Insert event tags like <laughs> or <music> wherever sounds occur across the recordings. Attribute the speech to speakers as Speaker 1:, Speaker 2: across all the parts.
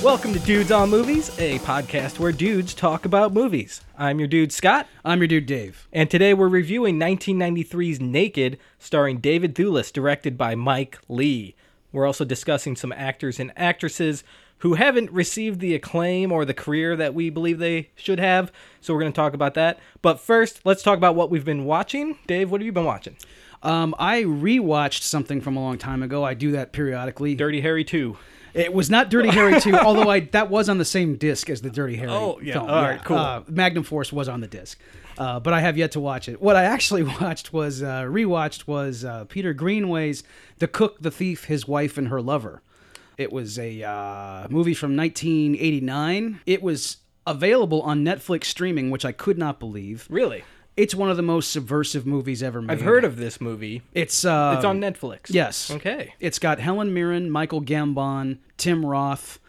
Speaker 1: Welcome to Dudes on Movies, a podcast where dudes talk about movies. I'm your dude Scott,
Speaker 2: I'm your dude, Dave.
Speaker 1: and today we're reviewing 1993's Naked, starring David Thewlis, directed by Mike Lee. We're also discussing some actors and actresses who haven't received the acclaim or the career that we believe they should have, so we're going to talk about that. But first, let's talk about what we've been watching. Dave, what have you been watching?
Speaker 2: Um, I rewatched something from a long time ago. I do that periodically.
Speaker 1: Dirty Harry 2.
Speaker 2: It was not Dirty
Speaker 1: <laughs>
Speaker 2: Harry 2, although I that was on the same disc as the Dirty Harry.
Speaker 1: Oh, yeah.
Speaker 2: film.
Speaker 1: All right, cool.
Speaker 2: Uh, Magnum Force was on the disc, uh, but I have yet to watch it. What I actually <laughs> watched was uh, rewatched was uh, Peter Greenway's "The Cook, the Thief, His Wife, and Her Lover." It was a uh, movie from 1989. It was available on Netflix streaming, which I could not believe.
Speaker 1: Really?
Speaker 2: It's one of the most subversive movies ever made.
Speaker 1: I've heard of this movie.
Speaker 2: It's uh,
Speaker 1: It's on Netflix.
Speaker 2: Yes.
Speaker 1: Okay.
Speaker 2: It's got Helen Mirren, Michael Gambon, Tim Roth,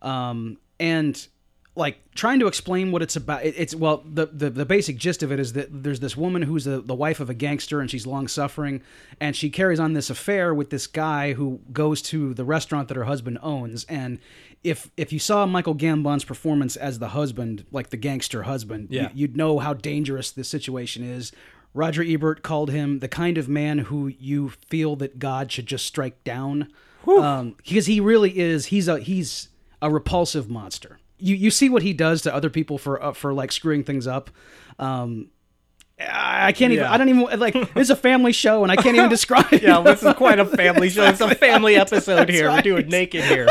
Speaker 2: um, and like trying to explain what it's about. It, it's well, the, the the basic gist of it is that there's this woman who's the, the wife of a gangster and she's long suffering, and she carries on this affair with this guy who goes to the restaurant that her husband owns. And if if you saw Michael Gambon's performance as the husband, like the gangster husband,
Speaker 1: Yeah.
Speaker 2: you, you'd know how dangerous this situation is. Roger Ebert called him the kind of man who you feel that God should just strike down, um, because he really is. He's a he's a repulsive monster. You you see what he does to other people for uh, for like screwing things up. Um, I I can't even.
Speaker 1: Yeah.
Speaker 2: I don't
Speaker 1: <laughs>
Speaker 2: even like. It's a family show, and I can't even describe.
Speaker 1: Yeah, this is quite a
Speaker 2: <laughs>
Speaker 1: family show. It's a family <laughs> episode here. We're doing naked <laughs> here.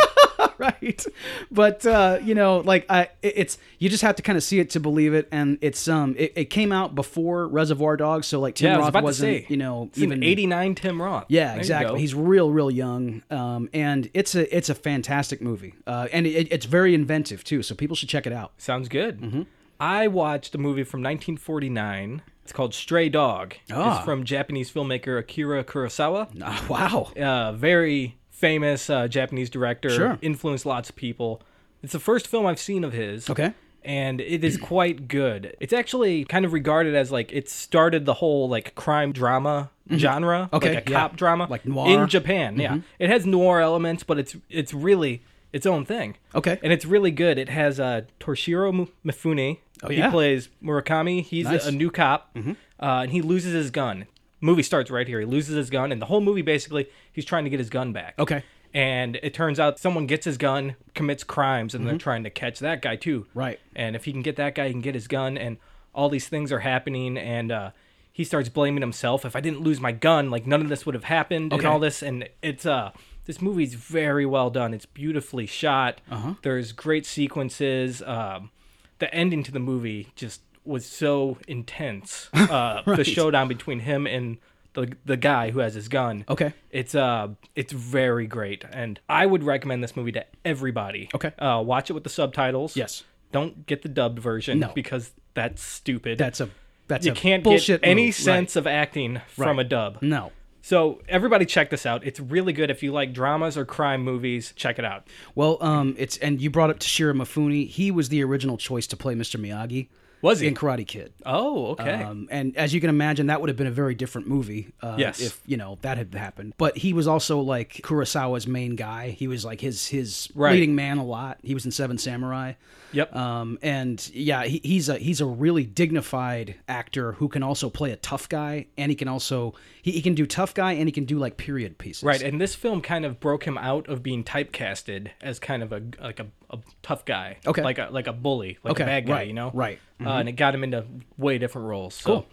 Speaker 2: right but uh you know like i it- it's you just have to kind of see it to believe it and it's um it, it came out before reservoir dogs so like tim
Speaker 1: Yeah, I was
Speaker 2: roth
Speaker 1: about to
Speaker 2: wasn't
Speaker 1: say,
Speaker 2: you know
Speaker 1: It's
Speaker 2: even
Speaker 1: an 89 Tim Roth.
Speaker 2: yeah
Speaker 1: There you go.
Speaker 2: exactly he's real real young um and it's a it's a fantastic movie uh and it, it's very inventive too so people should check
Speaker 1: <laughs>
Speaker 2: it out
Speaker 1: Sounds good. I watched a movie from 1949. It's called Stray Dog.
Speaker 2: Ah.
Speaker 1: It's from Japanese filmmaker Akira Kurosawa.
Speaker 2: Ah, wow
Speaker 1: uh, very famous uh, Japanese director.
Speaker 2: Sure.
Speaker 1: Influenced lots of people. It's the first film I've seen of his.
Speaker 2: Okay.
Speaker 1: And it is quite good. It's actually kind of regarded as like it started the whole like crime drama genre,
Speaker 2: Mm-hmm. Okay,
Speaker 1: like a
Speaker 2: yeah.
Speaker 1: cop drama,
Speaker 2: Like noir. Mm-hmm.
Speaker 1: in Japan. Yeah, it has noir elements, but it's it's really its own thing.
Speaker 2: Okay.
Speaker 1: and it's really good. It has uh, Toshiro Mu- Mifune.
Speaker 2: Oh,
Speaker 1: he
Speaker 2: yeah.
Speaker 1: plays Murakami. He's
Speaker 2: Nice. Mm-hmm.
Speaker 1: a, a new cop, uh, and he loses his gun. Movie starts right here. He loses his gun, and the whole movie basically he's trying to get his gun back.
Speaker 2: Okay.
Speaker 1: And it turns out someone gets his gun, commits crimes, and they're trying to catch that guy too.
Speaker 2: Mm-hmm. Right.
Speaker 1: And if he can get that guy, he can get his gun, and all these things are happening, and uh, he starts blaming himself. If I didn't lose my gun, like none of this would have happened,
Speaker 2: Okay.
Speaker 1: and all this, and it's uh, this movie's very well done. It's beautifully shot. Uh-huh. There's great sequences. Um, the ending to the movie just was so
Speaker 2: <laughs>
Speaker 1: intense. Uh, The showdown between him and the the guy who has his gun.
Speaker 2: Okay.
Speaker 1: It's uh it's very great and I would recommend this movie to everybody.
Speaker 2: Okay.
Speaker 1: Uh watch it with the subtitles.
Speaker 2: Yes.
Speaker 1: Don't get the dubbed version
Speaker 2: No.
Speaker 1: because that's stupid.
Speaker 2: that's a that's
Speaker 1: you
Speaker 2: a
Speaker 1: can't
Speaker 2: bullshit
Speaker 1: get any
Speaker 2: move. Right.
Speaker 1: sense of acting from
Speaker 2: Right.
Speaker 1: a dub.
Speaker 2: no
Speaker 1: So everybody check this out. It's really good if you like dramas or crime movies, check it out.
Speaker 2: Well, um, it's and you brought up Toshiro Mifune. He was the original choice to play Mr. Miyagi.
Speaker 1: Was he?
Speaker 2: in Karate Kid?
Speaker 1: Oh, okay.
Speaker 2: Um, and as you can imagine, that would have been a very different movie. Uh,
Speaker 1: Yes.
Speaker 2: if you know that had happened. But he was also like Kurosawa's main guy. He was like his his
Speaker 1: Right.
Speaker 2: leading man a lot. He was in Seven Samurai.
Speaker 1: Yep.
Speaker 2: Um, and yeah, he, he's a he's a really dignified actor who can also play a tough guy, and he can also he, he can do tough guy, and he can do like period pieces.
Speaker 1: Right, and this film kind of broke him out of being typecasted as kind of a like a, a tough guy,
Speaker 2: Okay.
Speaker 1: like a like a bully, like
Speaker 2: Okay,
Speaker 1: a bad guy,
Speaker 2: right,
Speaker 1: you know,
Speaker 2: right. mm-hmm.
Speaker 1: Uh, and it got him into way different roles. So,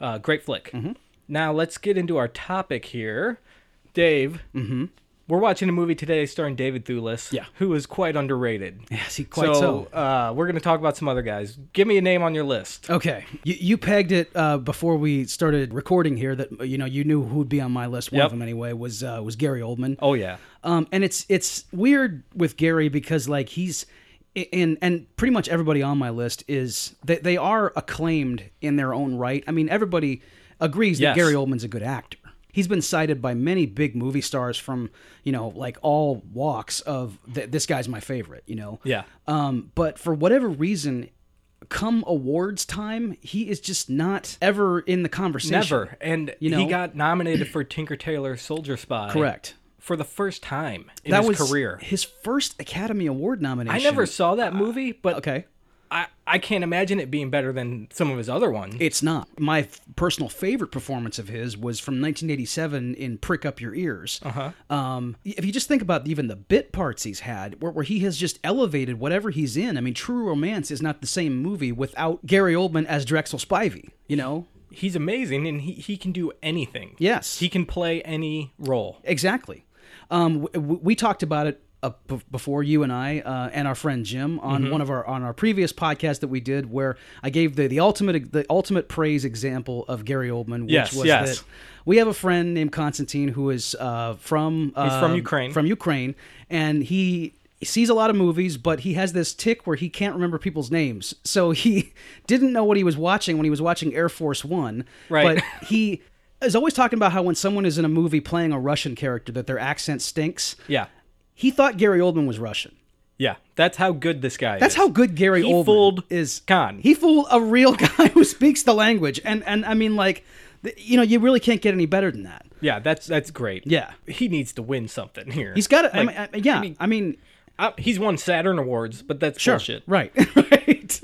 Speaker 1: uh, great flick.
Speaker 2: Mm-hmm.
Speaker 1: Now let's get into our topic here, Dave. Mm-hmm. We're watching a movie today starring David Thewlis,
Speaker 2: Yeah.
Speaker 1: who is quite underrated.
Speaker 2: Yes, he quite so.
Speaker 1: Uh, we're going to talk about some other guys. Give me a name on your list.
Speaker 2: Okay, you, you pegged it uh, before we started recording here that you know you knew who'd be on my list. One
Speaker 1: Yep.
Speaker 2: of them anyway was uh, was Gary Oldman.
Speaker 1: Oh yeah,
Speaker 2: Um, and it's it's weird with Gary because like he's and and pretty much everybody on my list is they they are acclaimed in their own right. I mean, everybody agrees
Speaker 1: Yes.
Speaker 2: that Gary Oldman's a good actor. He's been cited by many big movie stars from you know like all walks of th- this guy's my favorite. You know.
Speaker 1: Yeah.
Speaker 2: Um, but for whatever reason. Come awards time, he is just not ever in the conversation.
Speaker 1: never. And
Speaker 2: You
Speaker 1: he
Speaker 2: know-
Speaker 1: got nominated for Tinker Tailor Soldier Spy.
Speaker 2: Correct.
Speaker 1: for the first time in
Speaker 2: that
Speaker 1: his
Speaker 2: was
Speaker 1: career.
Speaker 2: his first Academy Award nomination.
Speaker 1: I never saw that movie, but
Speaker 2: Okay.
Speaker 1: I, I can't imagine it being better than some of his other ones.
Speaker 2: It's not. My f- personal favorite performance of his was from 1987 in Prick Up Your Ears. Uh-huh. Um, if you just think about even the bit parts he's had, where, where he has just elevated whatever he's in. I mean, True Romance is not the same movie without Gary Oldman as Drexel Spivey, you know?
Speaker 1: He's amazing and he, he can do anything.
Speaker 2: Yes.
Speaker 1: He can play any role.
Speaker 2: Exactly. Um, w- w- we talked about it uh, b- before you and I uh, and our friend Jim on
Speaker 1: Mm-hmm.
Speaker 2: one of our on our previous podcast that we did, where I gave the the ultimate the ultimate praise example of Gary Oldman, which
Speaker 1: Yes,
Speaker 2: was
Speaker 1: yes.
Speaker 2: that we have a friend named Constantine who is uh, from uh,
Speaker 1: from Ukraine.
Speaker 2: from Ukraine, and he. Sees a lot of movies, but he has this tick where he can't remember people's names. So <laughs> he didn't know what he was watching when he was watching Air Force One.
Speaker 1: Right.
Speaker 2: But he is always talking about how when someone is in a movie playing a Russian character that their accent stinks.
Speaker 1: Yeah.
Speaker 2: He thought Gary Oldman was Russian.
Speaker 1: Yeah. That's how good this guy
Speaker 2: That's
Speaker 1: is.
Speaker 2: how good Gary
Speaker 1: He
Speaker 2: Oldman
Speaker 1: fooled
Speaker 2: is.
Speaker 1: Khan.
Speaker 2: He fooled a real <laughs> guy who speaks the language, and and I mean like, th- you know, you really can't get any better than that.
Speaker 1: Yeah, that's that's great.
Speaker 2: Yeah.
Speaker 1: He needs to win something here.
Speaker 2: He's got it.
Speaker 1: Like,
Speaker 2: I mean, I- yeah, I mean,
Speaker 1: I- he's won Saturn awards, but that's bullshit.
Speaker 2: right, <laughs> right.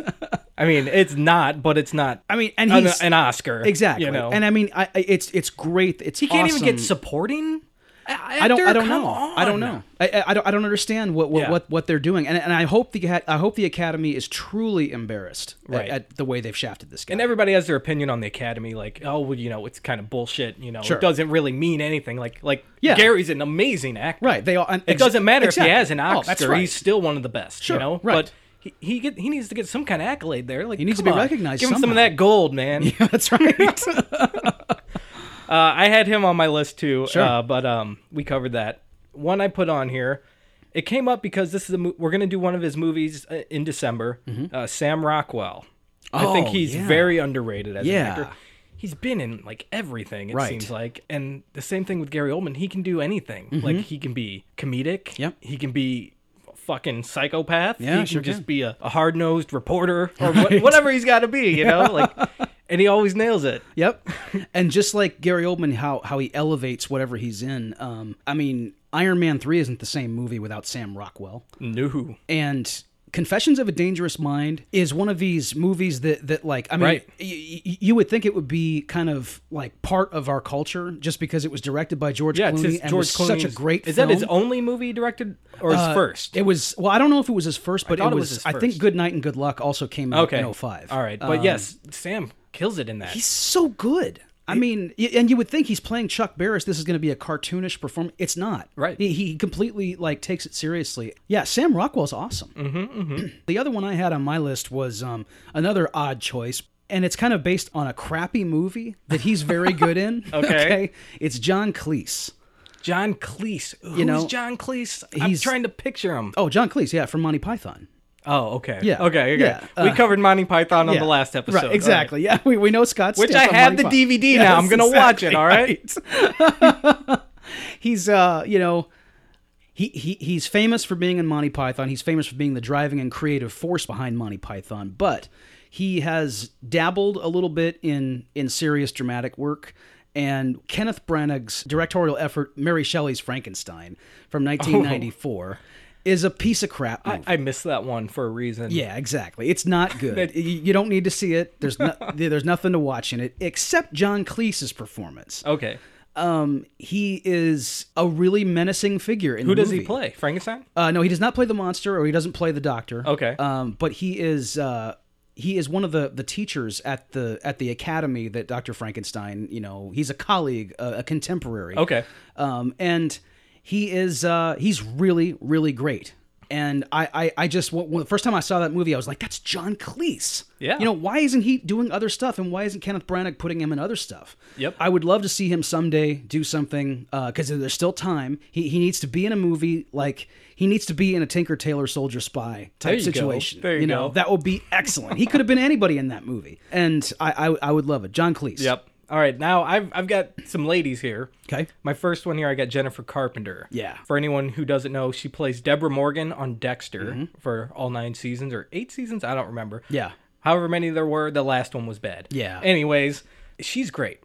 Speaker 1: I mean, it's not, but it's not
Speaker 2: I mean, and
Speaker 1: an,
Speaker 2: he's
Speaker 1: an Oscar.
Speaker 2: exactly.
Speaker 1: You know?
Speaker 2: And I mean, I, I- it's it's great. It's
Speaker 1: he can't even
Speaker 2: awesome.
Speaker 1: get supporting.
Speaker 2: I don't. I don't
Speaker 1: Come
Speaker 2: know. I don't
Speaker 1: on.
Speaker 2: know. I, I, I don't. I don't understand what what,
Speaker 1: Yeah.
Speaker 2: what, what they're doing. And, and I hope the I hope the Academy is truly embarrassed at-
Speaker 1: Right.
Speaker 2: at, the way they've shafted this guy.
Speaker 1: And everybody has their opinion on the Academy, like, oh, well, you know, it's kind of bullshit. You know,
Speaker 2: Sure.
Speaker 1: it doesn't really mean anything. Like, like
Speaker 2: Yeah.
Speaker 1: Gary's an amazing actor.
Speaker 2: right. They all. and-
Speaker 1: It doesn't matter if
Speaker 2: exactly.
Speaker 1: he has an Oscar.
Speaker 2: Oh, that's right.
Speaker 1: He's still one of the best.
Speaker 2: Sure,
Speaker 1: You know,
Speaker 2: right.
Speaker 1: but he he, get, he needs to get some kind of accolade there. Like, he
Speaker 2: needs to be recognized
Speaker 1: Give him some of
Speaker 2: somehow.
Speaker 1: that gold, man.
Speaker 2: <laughs> that's
Speaker 1: <laughs>
Speaker 2: right.
Speaker 1: Uh, I had him on my list too,
Speaker 2: Sure.
Speaker 1: uh, but um, we covered that. One I put on here, it came up because this is a mo- we're gonna do one of his movies uh, in December. Uh, Sam Rockwell. I think
Speaker 2: Mm-hmm. Oh,
Speaker 1: he's
Speaker 2: yeah.
Speaker 1: very underrated as
Speaker 2: Yeah.
Speaker 1: an actor. He's been in like everything. It
Speaker 2: Right.
Speaker 1: seems like, and the same thing with Gary Oldman. He can do anything. Like he can be comedic.
Speaker 2: Mm-hmm. Yep.
Speaker 1: He can be a fucking psychopath.
Speaker 2: Yeah,
Speaker 1: he can
Speaker 2: sure
Speaker 1: just
Speaker 2: can.
Speaker 1: be a, a hard nosed reporter or
Speaker 2: <laughs>
Speaker 1: what, whatever he's got to be. You know, like, and he always nails it.
Speaker 2: yep. And just like Gary Oldman, how how he elevates whatever he's in. Um, I mean, Iron Man three isn't the same movie without Sam Rockwell.
Speaker 1: No.
Speaker 2: and Confessions of a Dangerous Mind is one of these movies that that like I mean
Speaker 1: Right.
Speaker 2: y- y- you would think it would be kind of like part of our culture just because it was directed by George
Speaker 1: Yeah, it's
Speaker 2: Clooney
Speaker 1: his
Speaker 2: and
Speaker 1: George
Speaker 2: was
Speaker 1: Clooney.
Speaker 2: such a great
Speaker 1: Is
Speaker 2: film.
Speaker 1: that his only movie he directed or his
Speaker 2: Uh,
Speaker 1: first?
Speaker 2: It was well I don't know if it was his first but it was,
Speaker 1: thought it was his
Speaker 2: I think
Speaker 1: first.
Speaker 2: Good Night and Good Luck also came out in 05.
Speaker 1: All right,
Speaker 2: Uh,
Speaker 1: but yes, Sam kills it in that.
Speaker 2: he's so good. I mean, y- and you would think he's playing Chuck Barris. This is going to be a cartoonish performance. It's not.
Speaker 1: Right.
Speaker 2: He, he completely like takes it seriously. Yeah, Sam Rockwell's awesome. Mm-hmm, the other one I had on my list was um, another odd choice, and it's kind of based on a crappy movie that he's very good in.
Speaker 1: <laughs> Okay.
Speaker 2: It's John Cleese.
Speaker 1: John Cleese. Who's
Speaker 2: know,
Speaker 1: John Cleese? I'm
Speaker 2: he's-
Speaker 1: trying to picture him.
Speaker 2: Oh, John Cleese. Yeah, from Monty Python.
Speaker 1: Oh, okay.
Speaker 2: Yeah,
Speaker 1: Okay. Okay.
Speaker 2: yeah,
Speaker 1: we
Speaker 2: uh,
Speaker 1: covered Monty Python on
Speaker 2: Yeah.
Speaker 1: the last episode. All
Speaker 2: Right,
Speaker 1: right.
Speaker 2: exactly. Yeah, <laughs> we, we know Scott's.
Speaker 1: Which I have the DVD now. I'm gonna watch it. All
Speaker 2: <laughs>
Speaker 1: right.
Speaker 2: he's uh you know he, he he's famous for being in Monty Python. He's famous for being the driving and creative force behind Monty Python, but he has dabbled a little bit in in serious dramatic work. And Kenneth Branagh's directorial effort, Mary Shelley's Frankenstein, from 1994, is a piece of crap movie.
Speaker 1: Oh. I missed that one for a reason.
Speaker 2: Yeah, exactly. It's
Speaker 1: <laughs>
Speaker 2: not good. you, you don't need to see it. There's no, there's nothing to watch in it except John Cleese's performance.
Speaker 1: Okay.
Speaker 2: Um, he is a really menacing figure in
Speaker 1: Who
Speaker 2: the
Speaker 1: does he
Speaker 2: movie.
Speaker 1: play? Frankenstein?
Speaker 2: Uh, no, he does not play the monster, or he doesn't play the doctor.
Speaker 1: Okay.
Speaker 2: Um, but he is uh, he is one of the the teachers at the at the academy that Doctor Frankenstein. You know, he's a colleague, a, a contemporary.
Speaker 1: Okay.
Speaker 2: Um, and he is uh, he's really really great. And I, I, I just when the first time I saw that movie, I was like, "That's John Cleese."
Speaker 1: Yeah.
Speaker 2: You know, why isn't he doing other stuff, and why isn't Kenneth Branagh putting him in other stuff?
Speaker 1: Yep.
Speaker 2: I would love to see him someday do something because there's still time. He he needs to be in a movie like he needs to be in a Tinker Tailor Soldier Spy
Speaker 1: There
Speaker 2: type
Speaker 1: you go.
Speaker 2: situation.
Speaker 1: There you
Speaker 2: know
Speaker 1: go.
Speaker 2: that would be excellent. he could have been anybody in that movie, and I I, I would love it. John Cleese.
Speaker 1: Yep. All right. Now I've I've got some ladies here.
Speaker 2: Okay.
Speaker 1: My first one here, I got Jennifer Carpenter.
Speaker 2: Yeah.
Speaker 1: For anyone who doesn't know, she plays Deborah Morgan on Dexter for all nine seasons or eight seasons. I don't remember.
Speaker 2: Mm-hmm. Yeah.
Speaker 1: However many there were, the last one was bad.
Speaker 2: Yeah. Mm-hmm.
Speaker 1: Anyways, she's great.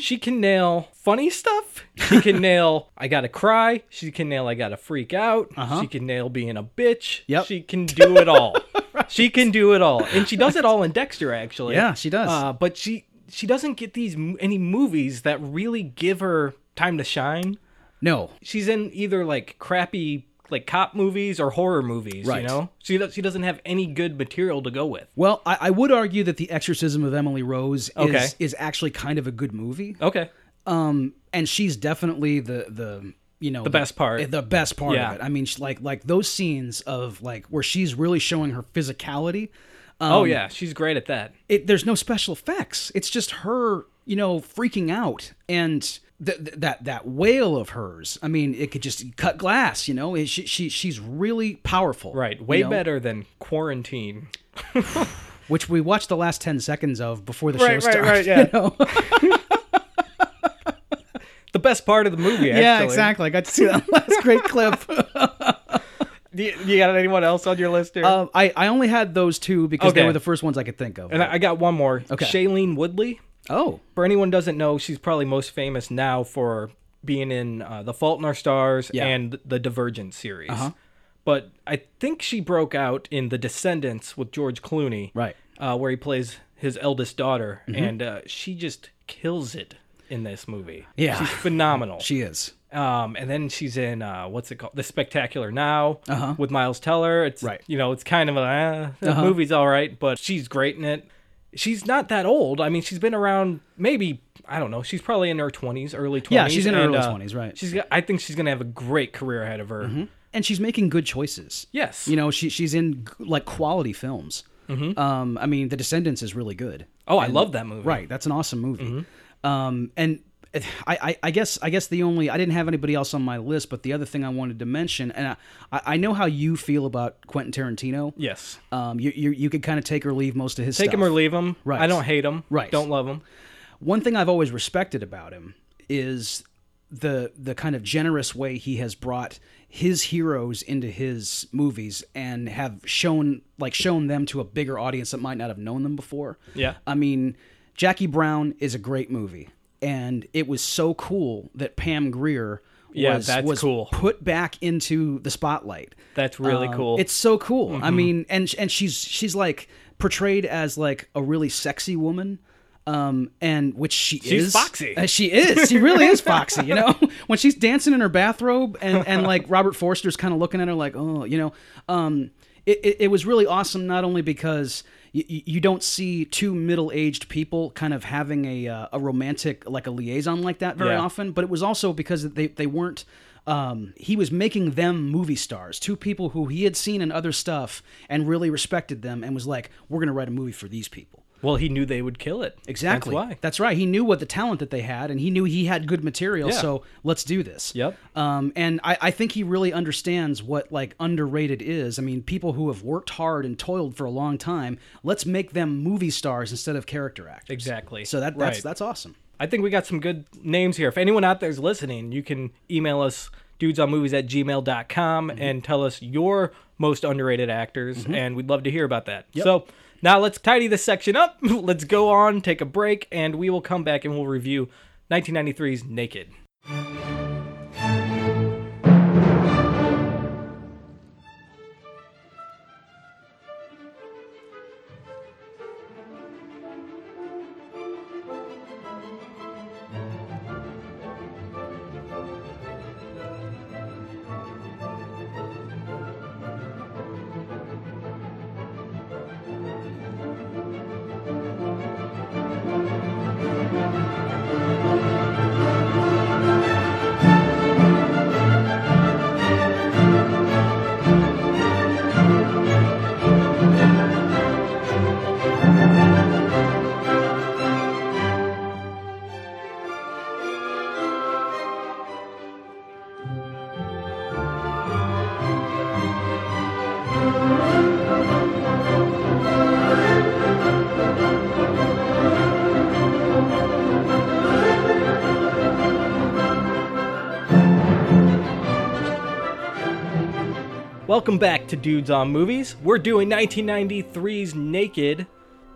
Speaker 1: She can nail funny stuff. She
Speaker 2: <laughs>
Speaker 1: can nail I gotta cry. She can nail I gotta freak out. She can nail being a bitch.
Speaker 2: Uh-huh. Yep.
Speaker 1: She can do it
Speaker 2: <laughs>
Speaker 1: all. She can do it all, and she does it all in Dexter. Actually,
Speaker 2: Yeah, she does.
Speaker 1: Uh, but she she doesn't get these m- any movies that really give her time to shine.
Speaker 2: No,
Speaker 1: She's in either like crappy like cop movies or horror movies.
Speaker 2: Right.
Speaker 1: You know, she do- she doesn't have any good material to go with.
Speaker 2: Well, I, I would argue that the Exorcism of Emily Rose is,
Speaker 1: Okay.
Speaker 2: is actually kind of a good movie.
Speaker 1: Okay.
Speaker 2: Um, and she's definitely the the you know the
Speaker 1: best part.
Speaker 2: the best part
Speaker 1: Yeah.
Speaker 2: of it. I mean, she- like like those scenes of like where she's really showing her physicality. Um,
Speaker 1: oh yeah, she's great at that.
Speaker 2: it, there's no special effects. It's just her, you know, freaking out and th- th- that that wail of hers. I mean, it could just cut glass. You know, It- she, she she's really powerful.
Speaker 1: Right.
Speaker 2: you
Speaker 1: Way
Speaker 2: know?
Speaker 1: better than quarantine.
Speaker 2: Which we watched the last ten seconds of before the show
Speaker 1: Right, right,
Speaker 2: started.
Speaker 1: right, <laughs> yeah.
Speaker 2: you know?
Speaker 1: The best part of the movie. Actually.
Speaker 2: Yeah, exactly. I got to see that <laughs> last great clip.
Speaker 1: You, you got anyone else on your list here?
Speaker 2: <laughs> Um, I, I only had those two because they
Speaker 1: Okay.
Speaker 2: were the first ones I could think of.
Speaker 1: and I, I got one more.
Speaker 2: Okay.
Speaker 1: Shailene Woodley.
Speaker 2: oh,
Speaker 1: For anyone who doesn't know, she's probably most famous now for being in uh, The Fault in Our Stars
Speaker 2: Yeah. Uh-huh.
Speaker 1: and the Divergent series. But I think she broke out in The Descendants with George Clooney,
Speaker 2: Right. Mm-hmm.
Speaker 1: Uh, where he plays his eldest daughter, and uh, she just kills it in this movie.
Speaker 2: Yeah.
Speaker 1: she's phenomenal.
Speaker 2: <laughs> she is.
Speaker 1: Um, and then she's in uh, what's it called, The Spectacular Now with Miles Teller. It's
Speaker 2: Uh-huh. Right. Uh-huh.
Speaker 1: you know, it's kind of a eh, the movie's all right, but she's great in it. She's not that old. I mean, she's been around maybe I don't know. She's probably in her twenties, early twenties. uh,
Speaker 2: Yeah, she's in her early 20s, right.
Speaker 1: She's got, I think she's gonna have a great career ahead of her.
Speaker 2: And she's making good choices.
Speaker 1: Yes.
Speaker 2: You know, she she's in g- like quality films. Um, I mean, The Descendants is really good.
Speaker 1: oh, I love that movie.
Speaker 2: Right, that's an awesome movie. Um, and I, I, I guess I guess the only I didn't have anybody else on my list, but the other thing I wanted to mention, and I, I know how you feel about Quentin Tarantino.
Speaker 1: Yes.
Speaker 2: Um, you you, you could kind of take or leave most of his
Speaker 1: Take
Speaker 2: stuff.
Speaker 1: him or leave him.
Speaker 2: Right.
Speaker 1: I don't hate him.
Speaker 2: Right.
Speaker 1: Don't love him.
Speaker 2: one thing I've always respected about him is the the kind of generous way he has brought his heroes into his movies and have shown like shown them to a bigger audience that might not have known them before.
Speaker 1: Yeah.
Speaker 2: I mean, Jackie Brown is a great movie and it was so cool that Pam Greer
Speaker 1: Yeah,
Speaker 2: was,
Speaker 1: that's
Speaker 2: was
Speaker 1: cool.
Speaker 2: put back into the spotlight.
Speaker 1: That's really
Speaker 2: Um,
Speaker 1: cool. Mm-hmm.
Speaker 2: It's so cool. I mean, and and she's she's like portrayed as like a really sexy woman. Um, and which she
Speaker 1: She's
Speaker 2: is
Speaker 1: foxy.
Speaker 2: Uh, she is. She really is foxy. You know, <laughs> when she's dancing in her bathrobe and and like Robert Forster's kind of looking at her like, oh, you know, um, it, it, it was really awesome. Not only because y- y- you don't see two middle aged people kind of having a uh, a romantic like a liaison like that very
Speaker 1: Yeah.
Speaker 2: often, but it was also because they they weren't. Um, he was making them movie stars, two people who he had seen in other stuff and really respected them, and was like, "We're going to write a movie for these people."
Speaker 1: well, he knew they would kill it.
Speaker 2: Exactly.
Speaker 1: That's why.
Speaker 2: right. He knew what the talent that they had, and he knew he had good material.
Speaker 1: Yeah.
Speaker 2: So let's do this.
Speaker 1: Yep.
Speaker 2: Um, and I, I think he really understands what like underrated is. I mean, people who have worked hard and toiled for a long time. Let's make them movie stars instead of character actors.
Speaker 1: Exactly.
Speaker 2: So that that's
Speaker 1: Right.
Speaker 2: that's awesome. <laughs>
Speaker 1: I think we got some good names here. If anyone out there's listening, you can email us dudesonmovies at gmail.com and tell us your most underrated actors, and we'd love to hear about that. So now let's tidy this section up. <laughs> let's go on, take a break, and we will come back and we'll review 1993's Naked. Welcome back to Dudes on Movies. We're doing 1993's Naked,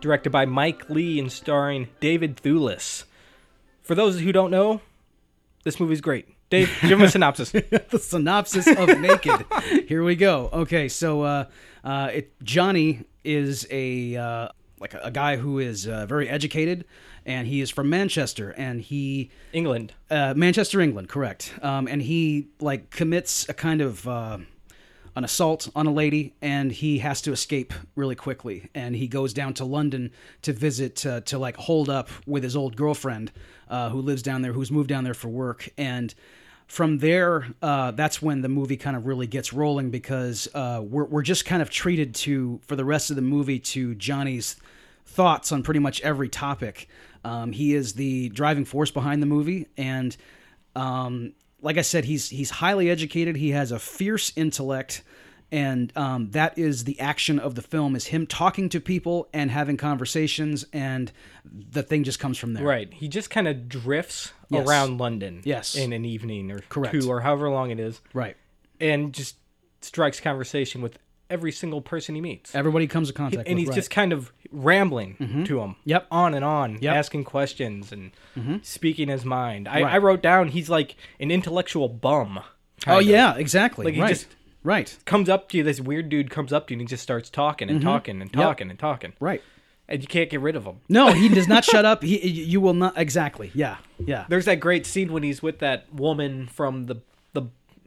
Speaker 1: directed by Mike Lee and starring David Thewlis. For those who don't know, this movie's great. Dave, give him a synopsis.
Speaker 2: the synopsis of
Speaker 1: <laughs>
Speaker 2: Naked. Here we go. Okay, so uh, uh, it, Johnny is a uh, like a, a guy who is uh, very educated, and he is from Manchester, and he
Speaker 1: England.
Speaker 2: uh, Manchester, England, correct. Um, and he like commits a kind of uh, an assault on a lady, and he has to escape really quickly. And he goes down to London to visit uh, to like hold up with his old girlfriend, uh, who lives down there, who's moved down there for work, and. From there, uh, that's when the movie kind of really gets rolling because uh, we're, we're just kind of treated to, for the rest of the movie, to Johnny's thoughts on pretty much every topic. Um, he is the driving force behind the movie, and um, like I said, he's he's highly educated. He has a fierce intellect, and um, that is the action of the film is him talking to people and having conversations, and the thing just comes from there.
Speaker 1: Right. He just kind of drifts
Speaker 2: Yes.
Speaker 1: around London.
Speaker 2: Yes.
Speaker 1: In an evening or
Speaker 2: Correct.
Speaker 1: two or however long it is,
Speaker 2: right.
Speaker 1: and just strikes conversation with every single person he meets.
Speaker 2: Everybody comes in contact,
Speaker 1: and
Speaker 2: with,
Speaker 1: he's
Speaker 2: right. Mm-hmm.
Speaker 1: just kind of rambling to him.
Speaker 2: Yep.
Speaker 1: On and on,
Speaker 2: Yep. Mm-hmm.
Speaker 1: asking questions and speaking his mind. I,
Speaker 2: Right.
Speaker 1: I wrote down he's like an intellectual bum.
Speaker 2: oh
Speaker 1: kind of.
Speaker 2: yeah, exactly.
Speaker 1: Like, he
Speaker 2: right.
Speaker 1: just-
Speaker 2: right.
Speaker 1: Comes up to you, this weird dude comes up to you and he just starts talking and talking and talking and talking.
Speaker 2: Mm-hmm. Right.
Speaker 1: And you can't get rid of him. <laughs>
Speaker 2: No, he does not shut up. He, you will not. Exactly. Yeah. Yeah.
Speaker 1: There's that great scene when he's with that woman from the the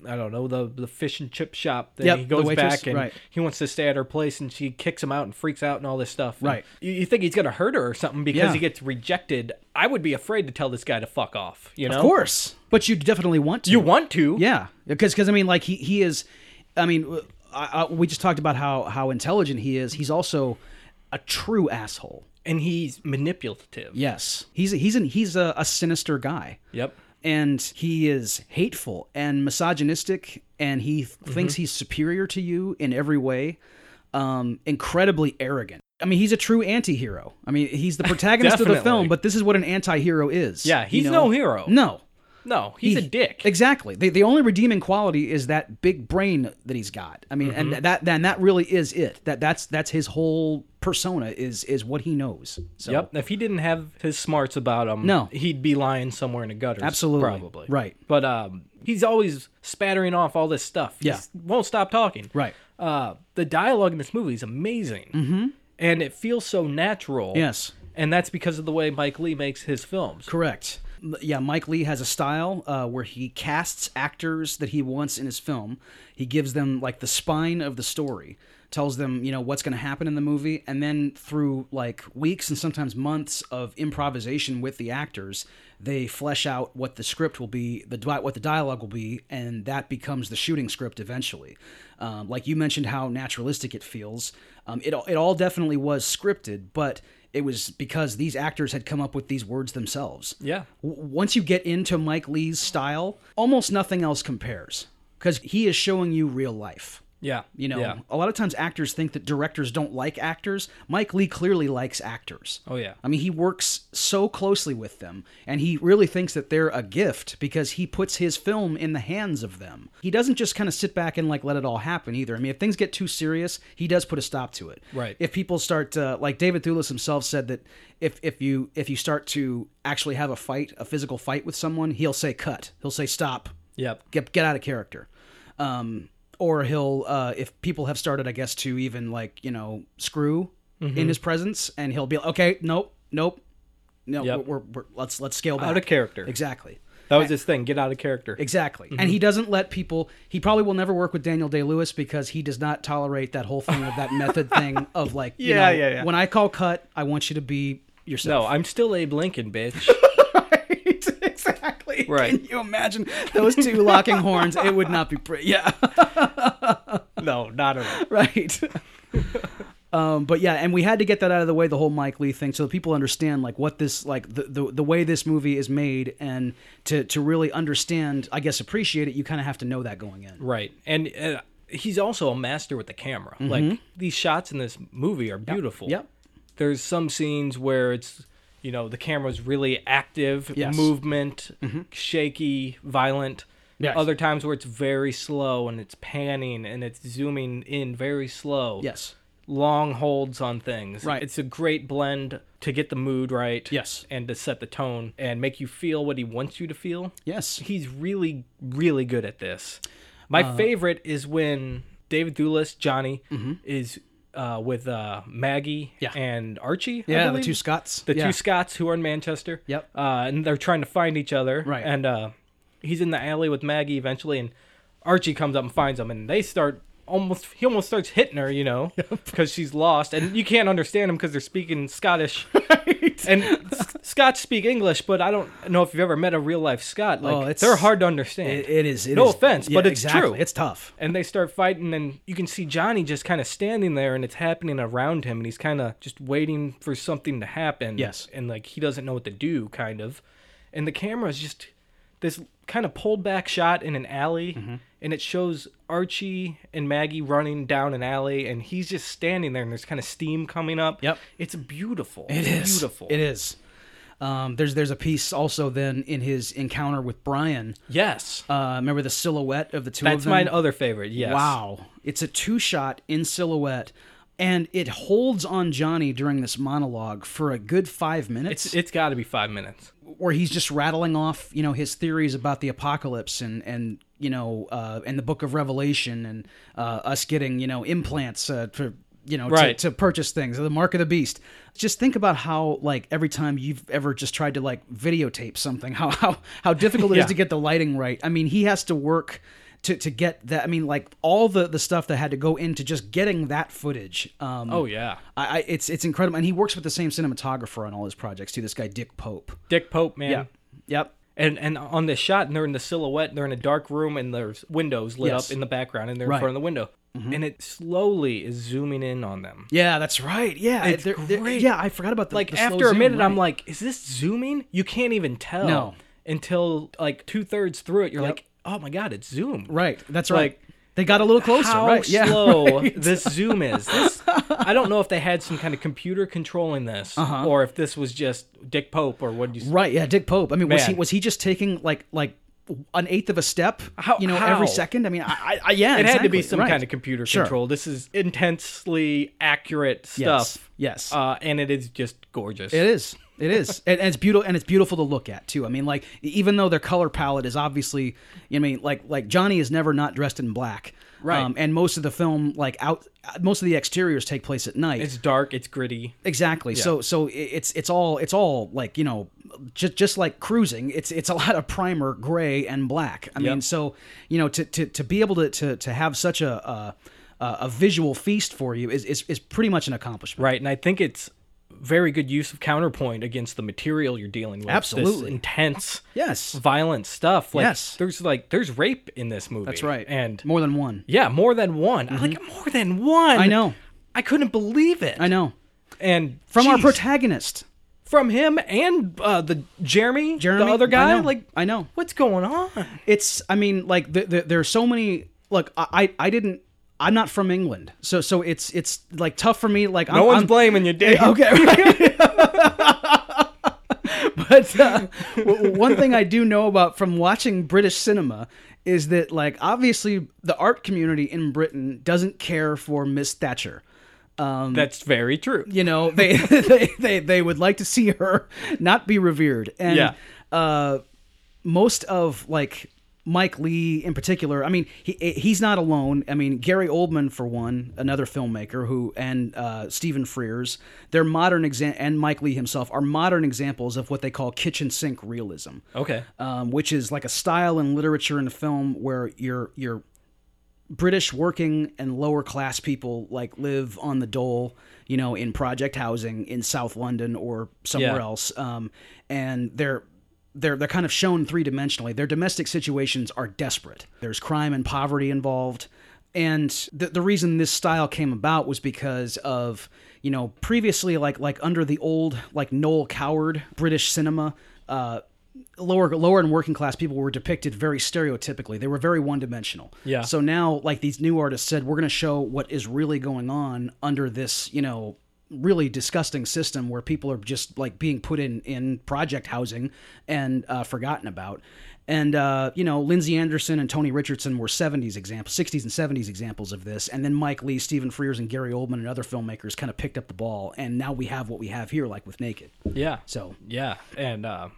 Speaker 1: I don't know the the fish and chip shop. Then
Speaker 2: Yep,
Speaker 1: he
Speaker 2: the
Speaker 1: goes
Speaker 2: waitress,
Speaker 1: back and
Speaker 2: right.
Speaker 1: he wants to stay at her place, and she kicks him out and freaks out and all this stuff. And
Speaker 2: Right.
Speaker 1: You, you think he's gonna hurt her or something because
Speaker 2: Yeah.
Speaker 1: he gets rejected? I would be afraid to tell this guy to fuck off. You know,
Speaker 2: Of course. But you definitely want to.
Speaker 1: you want to.
Speaker 2: Yeah, because I mean, like he he is. I mean, uh, I, I, we just talked about how how intelligent he is. He's also a true asshole.
Speaker 1: and he's manipulative.
Speaker 2: Yes, he's he's an, he's a, a sinister guy.
Speaker 1: Yep.
Speaker 2: And he is hateful and misogynistic, and he th-
Speaker 1: Mm-hmm.
Speaker 2: thinks he's superior to you in every way. Um, incredibly arrogant. I mean, he's a true anti-hero. I mean, he's
Speaker 1: <laughs>
Speaker 2: the protagonist of the
Speaker 1: Definitely.
Speaker 2: film, but this is what an anti-hero is.
Speaker 1: Yeah,
Speaker 2: you
Speaker 1: he's
Speaker 2: know?
Speaker 1: no hero.
Speaker 2: No,
Speaker 1: No, he's a dick.
Speaker 2: Exactly. The, the only redeeming quality is that big brain that he's got. I mean,
Speaker 1: Mm-hmm.
Speaker 2: and that then that really is it. That that's that's his whole persona is is what he knows. So
Speaker 1: Yep. If he didn't have his smarts about him,
Speaker 2: No.
Speaker 1: he'd be lying somewhere in a gutter.
Speaker 2: Absolutely.
Speaker 1: probably
Speaker 2: Right.
Speaker 1: But um, he's always spattering off all this stuff. He
Speaker 2: Yeah.
Speaker 1: just won't stop talking.
Speaker 2: Right.
Speaker 1: Uh, the dialogue in this movie is amazing, mm-hmm. and it feels so natural.
Speaker 2: Yes.
Speaker 1: And that's because of the way Mike Lee makes his films.
Speaker 2: Correct. M- Yeah, Mike Lee has a style uh, where he casts actors that he wants in his film. He gives them like the spine of the story, tells them you know what's going to happen in the movie, and then through like weeks and sometimes months of improvisation with the actors, they flesh out what the script will be, the di- what the dialogue will be, and that becomes the shooting script eventually. Um, like you mentioned, how naturalistic it feels. Um, it all- it all definitely was scripted, but it was because these actors had come up with these words themselves.
Speaker 1: Yeah.
Speaker 2: W- once you get into Mike Lee's style, almost nothing else compares because he is showing you real life.
Speaker 1: Yeah.
Speaker 2: You know,
Speaker 1: Yeah.
Speaker 2: a lot of times actors think that directors don't like actors. Mike Lee clearly likes actors.
Speaker 1: Oh yeah.
Speaker 2: I mean, he works so closely with them, and he really thinks that they're a gift because he puts his film in the hands of them. He doesn't just kind of sit back and like let it all happen either. I mean, if things get too serious, he does put a stop to it.
Speaker 1: Right.
Speaker 2: If people start uh, like David Thewlis himself said that if if you if you start to actually have a fight, a physical fight with someone, he'll say cut. He'll say stop
Speaker 1: Yep.
Speaker 2: get get out of character um or he'll uh if people have started i guess to even like you know screw
Speaker 1: Mm-hmm.
Speaker 2: in his presence and he'll be like okay nope nope no
Speaker 1: Yep.
Speaker 2: we're, we're, we're let's let's scale back
Speaker 1: Out of character. Mm-hmm.
Speaker 2: exactly
Speaker 1: That was his thing. Get out of character.
Speaker 2: exactly and he doesn't let people he probably will never work with daniel day-lewis because he does not tolerate that whole thing
Speaker 1: <laughs>
Speaker 2: of that method thing of like you
Speaker 1: Yeah,
Speaker 2: know,
Speaker 1: yeah, yeah.
Speaker 2: when i call cut i want you to be
Speaker 1: <laughs>
Speaker 2: yourself
Speaker 1: No, I'm still Abe Lincoln,
Speaker 2: <laughs>
Speaker 1: bitch.
Speaker 2: exactly
Speaker 1: Right.
Speaker 2: can
Speaker 1: <laughs>
Speaker 2: you imagine those two locking horns it would not be pretty yeah
Speaker 1: no, not at all.
Speaker 2: <laughs> right um but yeah and we had to get that out of the way the whole mike lee thing so that people understand like what this like the the, the way this movie is made and to to really understand i guess appreciate it you kind of have to know that going in
Speaker 1: Right. And uh, he's also a master with the camera. Like these shots in this movie are beautiful.
Speaker 2: Mm-hmm. Yep.
Speaker 1: There's some scenes where it's you know the camera's really active,
Speaker 2: Yes. Mm-hmm.
Speaker 1: movement, shaky, violent.
Speaker 2: Yes.
Speaker 1: Other times where it's very slow and it's panning and it's zooming in very slow.
Speaker 2: yes
Speaker 1: long holds on things.
Speaker 2: Right.
Speaker 1: It's a great blend to get the mood right.
Speaker 2: Yes.
Speaker 1: And to set the tone and make you feel what he wants you to feel.
Speaker 2: Yes.
Speaker 1: He's really, really good at this. My
Speaker 2: Uh-huh.
Speaker 1: favorite is when David Thewlis, Johnny, is uh, with uh, Maggie
Speaker 2: Mm-hmm. Yeah.
Speaker 1: and Archie. I
Speaker 2: Yeah, the
Speaker 1: believe?
Speaker 2: two Scots.
Speaker 1: the
Speaker 2: yeah.
Speaker 1: two Scots who are in Manchester.
Speaker 2: Yep.
Speaker 1: Uh, and they're trying to find each other.
Speaker 2: Right.
Speaker 1: And uh, he's in the alley with Maggie eventually, and Archie comes up and finds him, and they start almost. He almost starts hitting her, you
Speaker 2: <laughs>
Speaker 1: know, because she's lost, and you can't understand him because they're speaking
Speaker 2: <laughs>
Speaker 1: Scottish. And S- Scots speak English, but I don't know if you've ever met a real life Scot. Like
Speaker 2: Oh, it's-
Speaker 1: they're hard to understand.
Speaker 2: It, it is. it
Speaker 1: no
Speaker 2: is-
Speaker 1: offense,
Speaker 2: yeah,
Speaker 1: but it's
Speaker 2: exactly.
Speaker 1: true
Speaker 2: It's tough.
Speaker 1: and they start fighting and you can see johnny just kind of standing there and it's happening around him and he's kind of just waiting for something to happen
Speaker 2: Yes.
Speaker 1: and like he doesn't know what to do kind of and the camera is just this kind of pulled back shot in an alley
Speaker 2: Mm-hmm.
Speaker 1: and it shows archie and maggie running down an alley and he's just standing there and there's kind of steam coming up
Speaker 2: Yep.
Speaker 1: it's beautiful
Speaker 2: It is
Speaker 1: beautiful
Speaker 2: It is. Um, there's there's a piece also then in his encounter with Brian.
Speaker 1: yes
Speaker 2: Uh, remember the silhouette of the two of
Speaker 1: that's
Speaker 2: them.
Speaker 1: my other favorite yes
Speaker 2: Wow, it's a two shot in silhouette, and it holds on Johnny during this monologue for a good five minutes,
Speaker 1: it's, it's got to be five minutes
Speaker 2: where he's just rattling off you know his theories about the apocalypse and and you know uh, and the Book of Revelation and uh, us getting you know implants uh, for. You know,
Speaker 1: Right.
Speaker 2: to, to purchase things, the mark of the beast. Just think about how, like, every time you've ever just tried to like videotape something, how how how difficult it is
Speaker 1: Yeah.
Speaker 2: to get the lighting right. I mean, he has to work to to get that. I mean, like all the the stuff that had to go into just getting that footage. Um,
Speaker 1: oh yeah
Speaker 2: I, I it's it's incredible, and he works with the same cinematographer on all his projects too. This guy Dick Pope.
Speaker 1: dick pope man
Speaker 2: Yep.
Speaker 1: and and on this shot, and they're in the silhouette, and they're in a dark room, and there's windows lit
Speaker 2: Yes.
Speaker 1: up in the background, and they're
Speaker 2: Right. Mm-hmm.
Speaker 1: in front of the window, and it slowly is zooming in on them.
Speaker 2: Yeah, that's right. Yeah,
Speaker 1: It's great.
Speaker 2: yeah, I forgot about the
Speaker 1: Like
Speaker 2: the slow
Speaker 1: after a
Speaker 2: zoom,
Speaker 1: minute, I'm
Speaker 2: right.
Speaker 1: like, is this zooming? You can't even tell
Speaker 2: No.
Speaker 1: until like two thirds through it. You're like, oh my god, it's zoomed.
Speaker 2: right. That's right.
Speaker 1: like,
Speaker 2: they got a little closer.
Speaker 1: How
Speaker 2: right. Yeah.
Speaker 1: slow this zoom is. This, I don't know if they had some kind of computer controlling
Speaker 2: <laughs>
Speaker 1: this,
Speaker 2: Uh-huh.
Speaker 1: or if this was just Dick Pope or what. do You
Speaker 2: <laughs> Right. Yeah. Dick Pope. I mean, was
Speaker 1: Man.
Speaker 2: he was he just taking like like an eighth of a step?
Speaker 1: How-
Speaker 2: you know,
Speaker 1: how?
Speaker 2: every second. I mean, I, I, I yeah,
Speaker 1: it had to be
Speaker 2: exactly,
Speaker 1: some
Speaker 2: right.
Speaker 1: kind of computer
Speaker 2: Sure.
Speaker 1: control. This is intensely accurate stuff.
Speaker 2: Yes. Yes.
Speaker 1: uh, and it is just gorgeous.
Speaker 2: It is. It is, <laughs> and, and it's beautiful, and it's beautiful to look at too. I mean, like e, even though their color palette is obviously, you know, I mean, like like Johnny is never not dressed in black, Um,
Speaker 1: Right.
Speaker 2: and most of the film, like out, most of the exteriors take place at night.
Speaker 1: It's dark. It's gritty.
Speaker 2: exactly. So so i- it's it's all it's all like you know, just just like cruising. It's it's a <laughs> lot of primer, gray and black. I mean, so you know, to to to be able to to to have such a. a a visual feast for you is, is, is pretty much an accomplishment.
Speaker 1: Right, and I think it's very good use of counterpoint against the material you're dealing with.
Speaker 2: Absolutely.
Speaker 1: this intense,
Speaker 2: Yes,
Speaker 1: violent stuff. Like,
Speaker 2: Yes.
Speaker 1: there's like there's rape in this movie.
Speaker 2: that's right.
Speaker 1: and
Speaker 2: more than one.
Speaker 1: yeah, more than one. I Like more than one.
Speaker 2: I know.
Speaker 1: I couldn't believe it.
Speaker 2: I know.
Speaker 1: And
Speaker 2: From our
Speaker 1: jeez,
Speaker 2: protagonist,
Speaker 1: from him and uh, the Jeremy,
Speaker 2: Jeremy,
Speaker 1: the other
Speaker 2: I
Speaker 1: guy.
Speaker 2: know,
Speaker 1: Like
Speaker 2: I know.
Speaker 1: what's going on?
Speaker 2: It's. I mean, like the, the, there are so many. Look, I, I I didn't. I'm not from England, so so it's it's like tough for me. Like I'm,
Speaker 1: No one's
Speaker 2: I'm-
Speaker 1: blaming you, Dave.
Speaker 2: Okay. <laughs> but uh, w- one thing I do know about from watching British cinema is that, like, obviously the art community in Britain doesn't care for Miss Thatcher.
Speaker 1: <laughs> That's very true.
Speaker 2: you know they, <laughs> they they they would like to see her not be revered and
Speaker 1: Yeah.
Speaker 2: uh most of like Mike Lee in particular I mean he eh, he's not alone I mean Gary Oldman for one another filmmaker who and uh Stephen Frears they're modern exa- and Mike Lee himself are modern examples of what they call kitchen sink realism
Speaker 1: Okay.
Speaker 2: um, which is like a style in literature and film where your your British working and lower class people like live on the dole, you know, in project housing in South London or somewhere
Speaker 1: Yeah.
Speaker 2: else, um, and they're they're they're kind of shown three dimensionally. Their domestic situations are desperate. There's crime and poverty involved. And the, the reason this style came about was because of you know previously like like under the old like Noel Coward British cinema, uh, lower lower and working class people were depicted very stereotypically. They were very one dimensional.
Speaker 1: Yeah.
Speaker 2: So now like these new artists said, we're going to show what is really going on under this you know really disgusting system where people are just like being put in in project housing and uh, forgotten about. And uh, you know, Lindsay Anderson and Tony Richardson were '70s examples, '60s and '70s examples of this. And then Mike Lee, Stephen Frears, and Gary Oldman and other filmmakers kind of picked up the ball, and now we have what we have here, like with Naked.
Speaker 1: Yeah.
Speaker 2: So
Speaker 1: Yeah, and uh,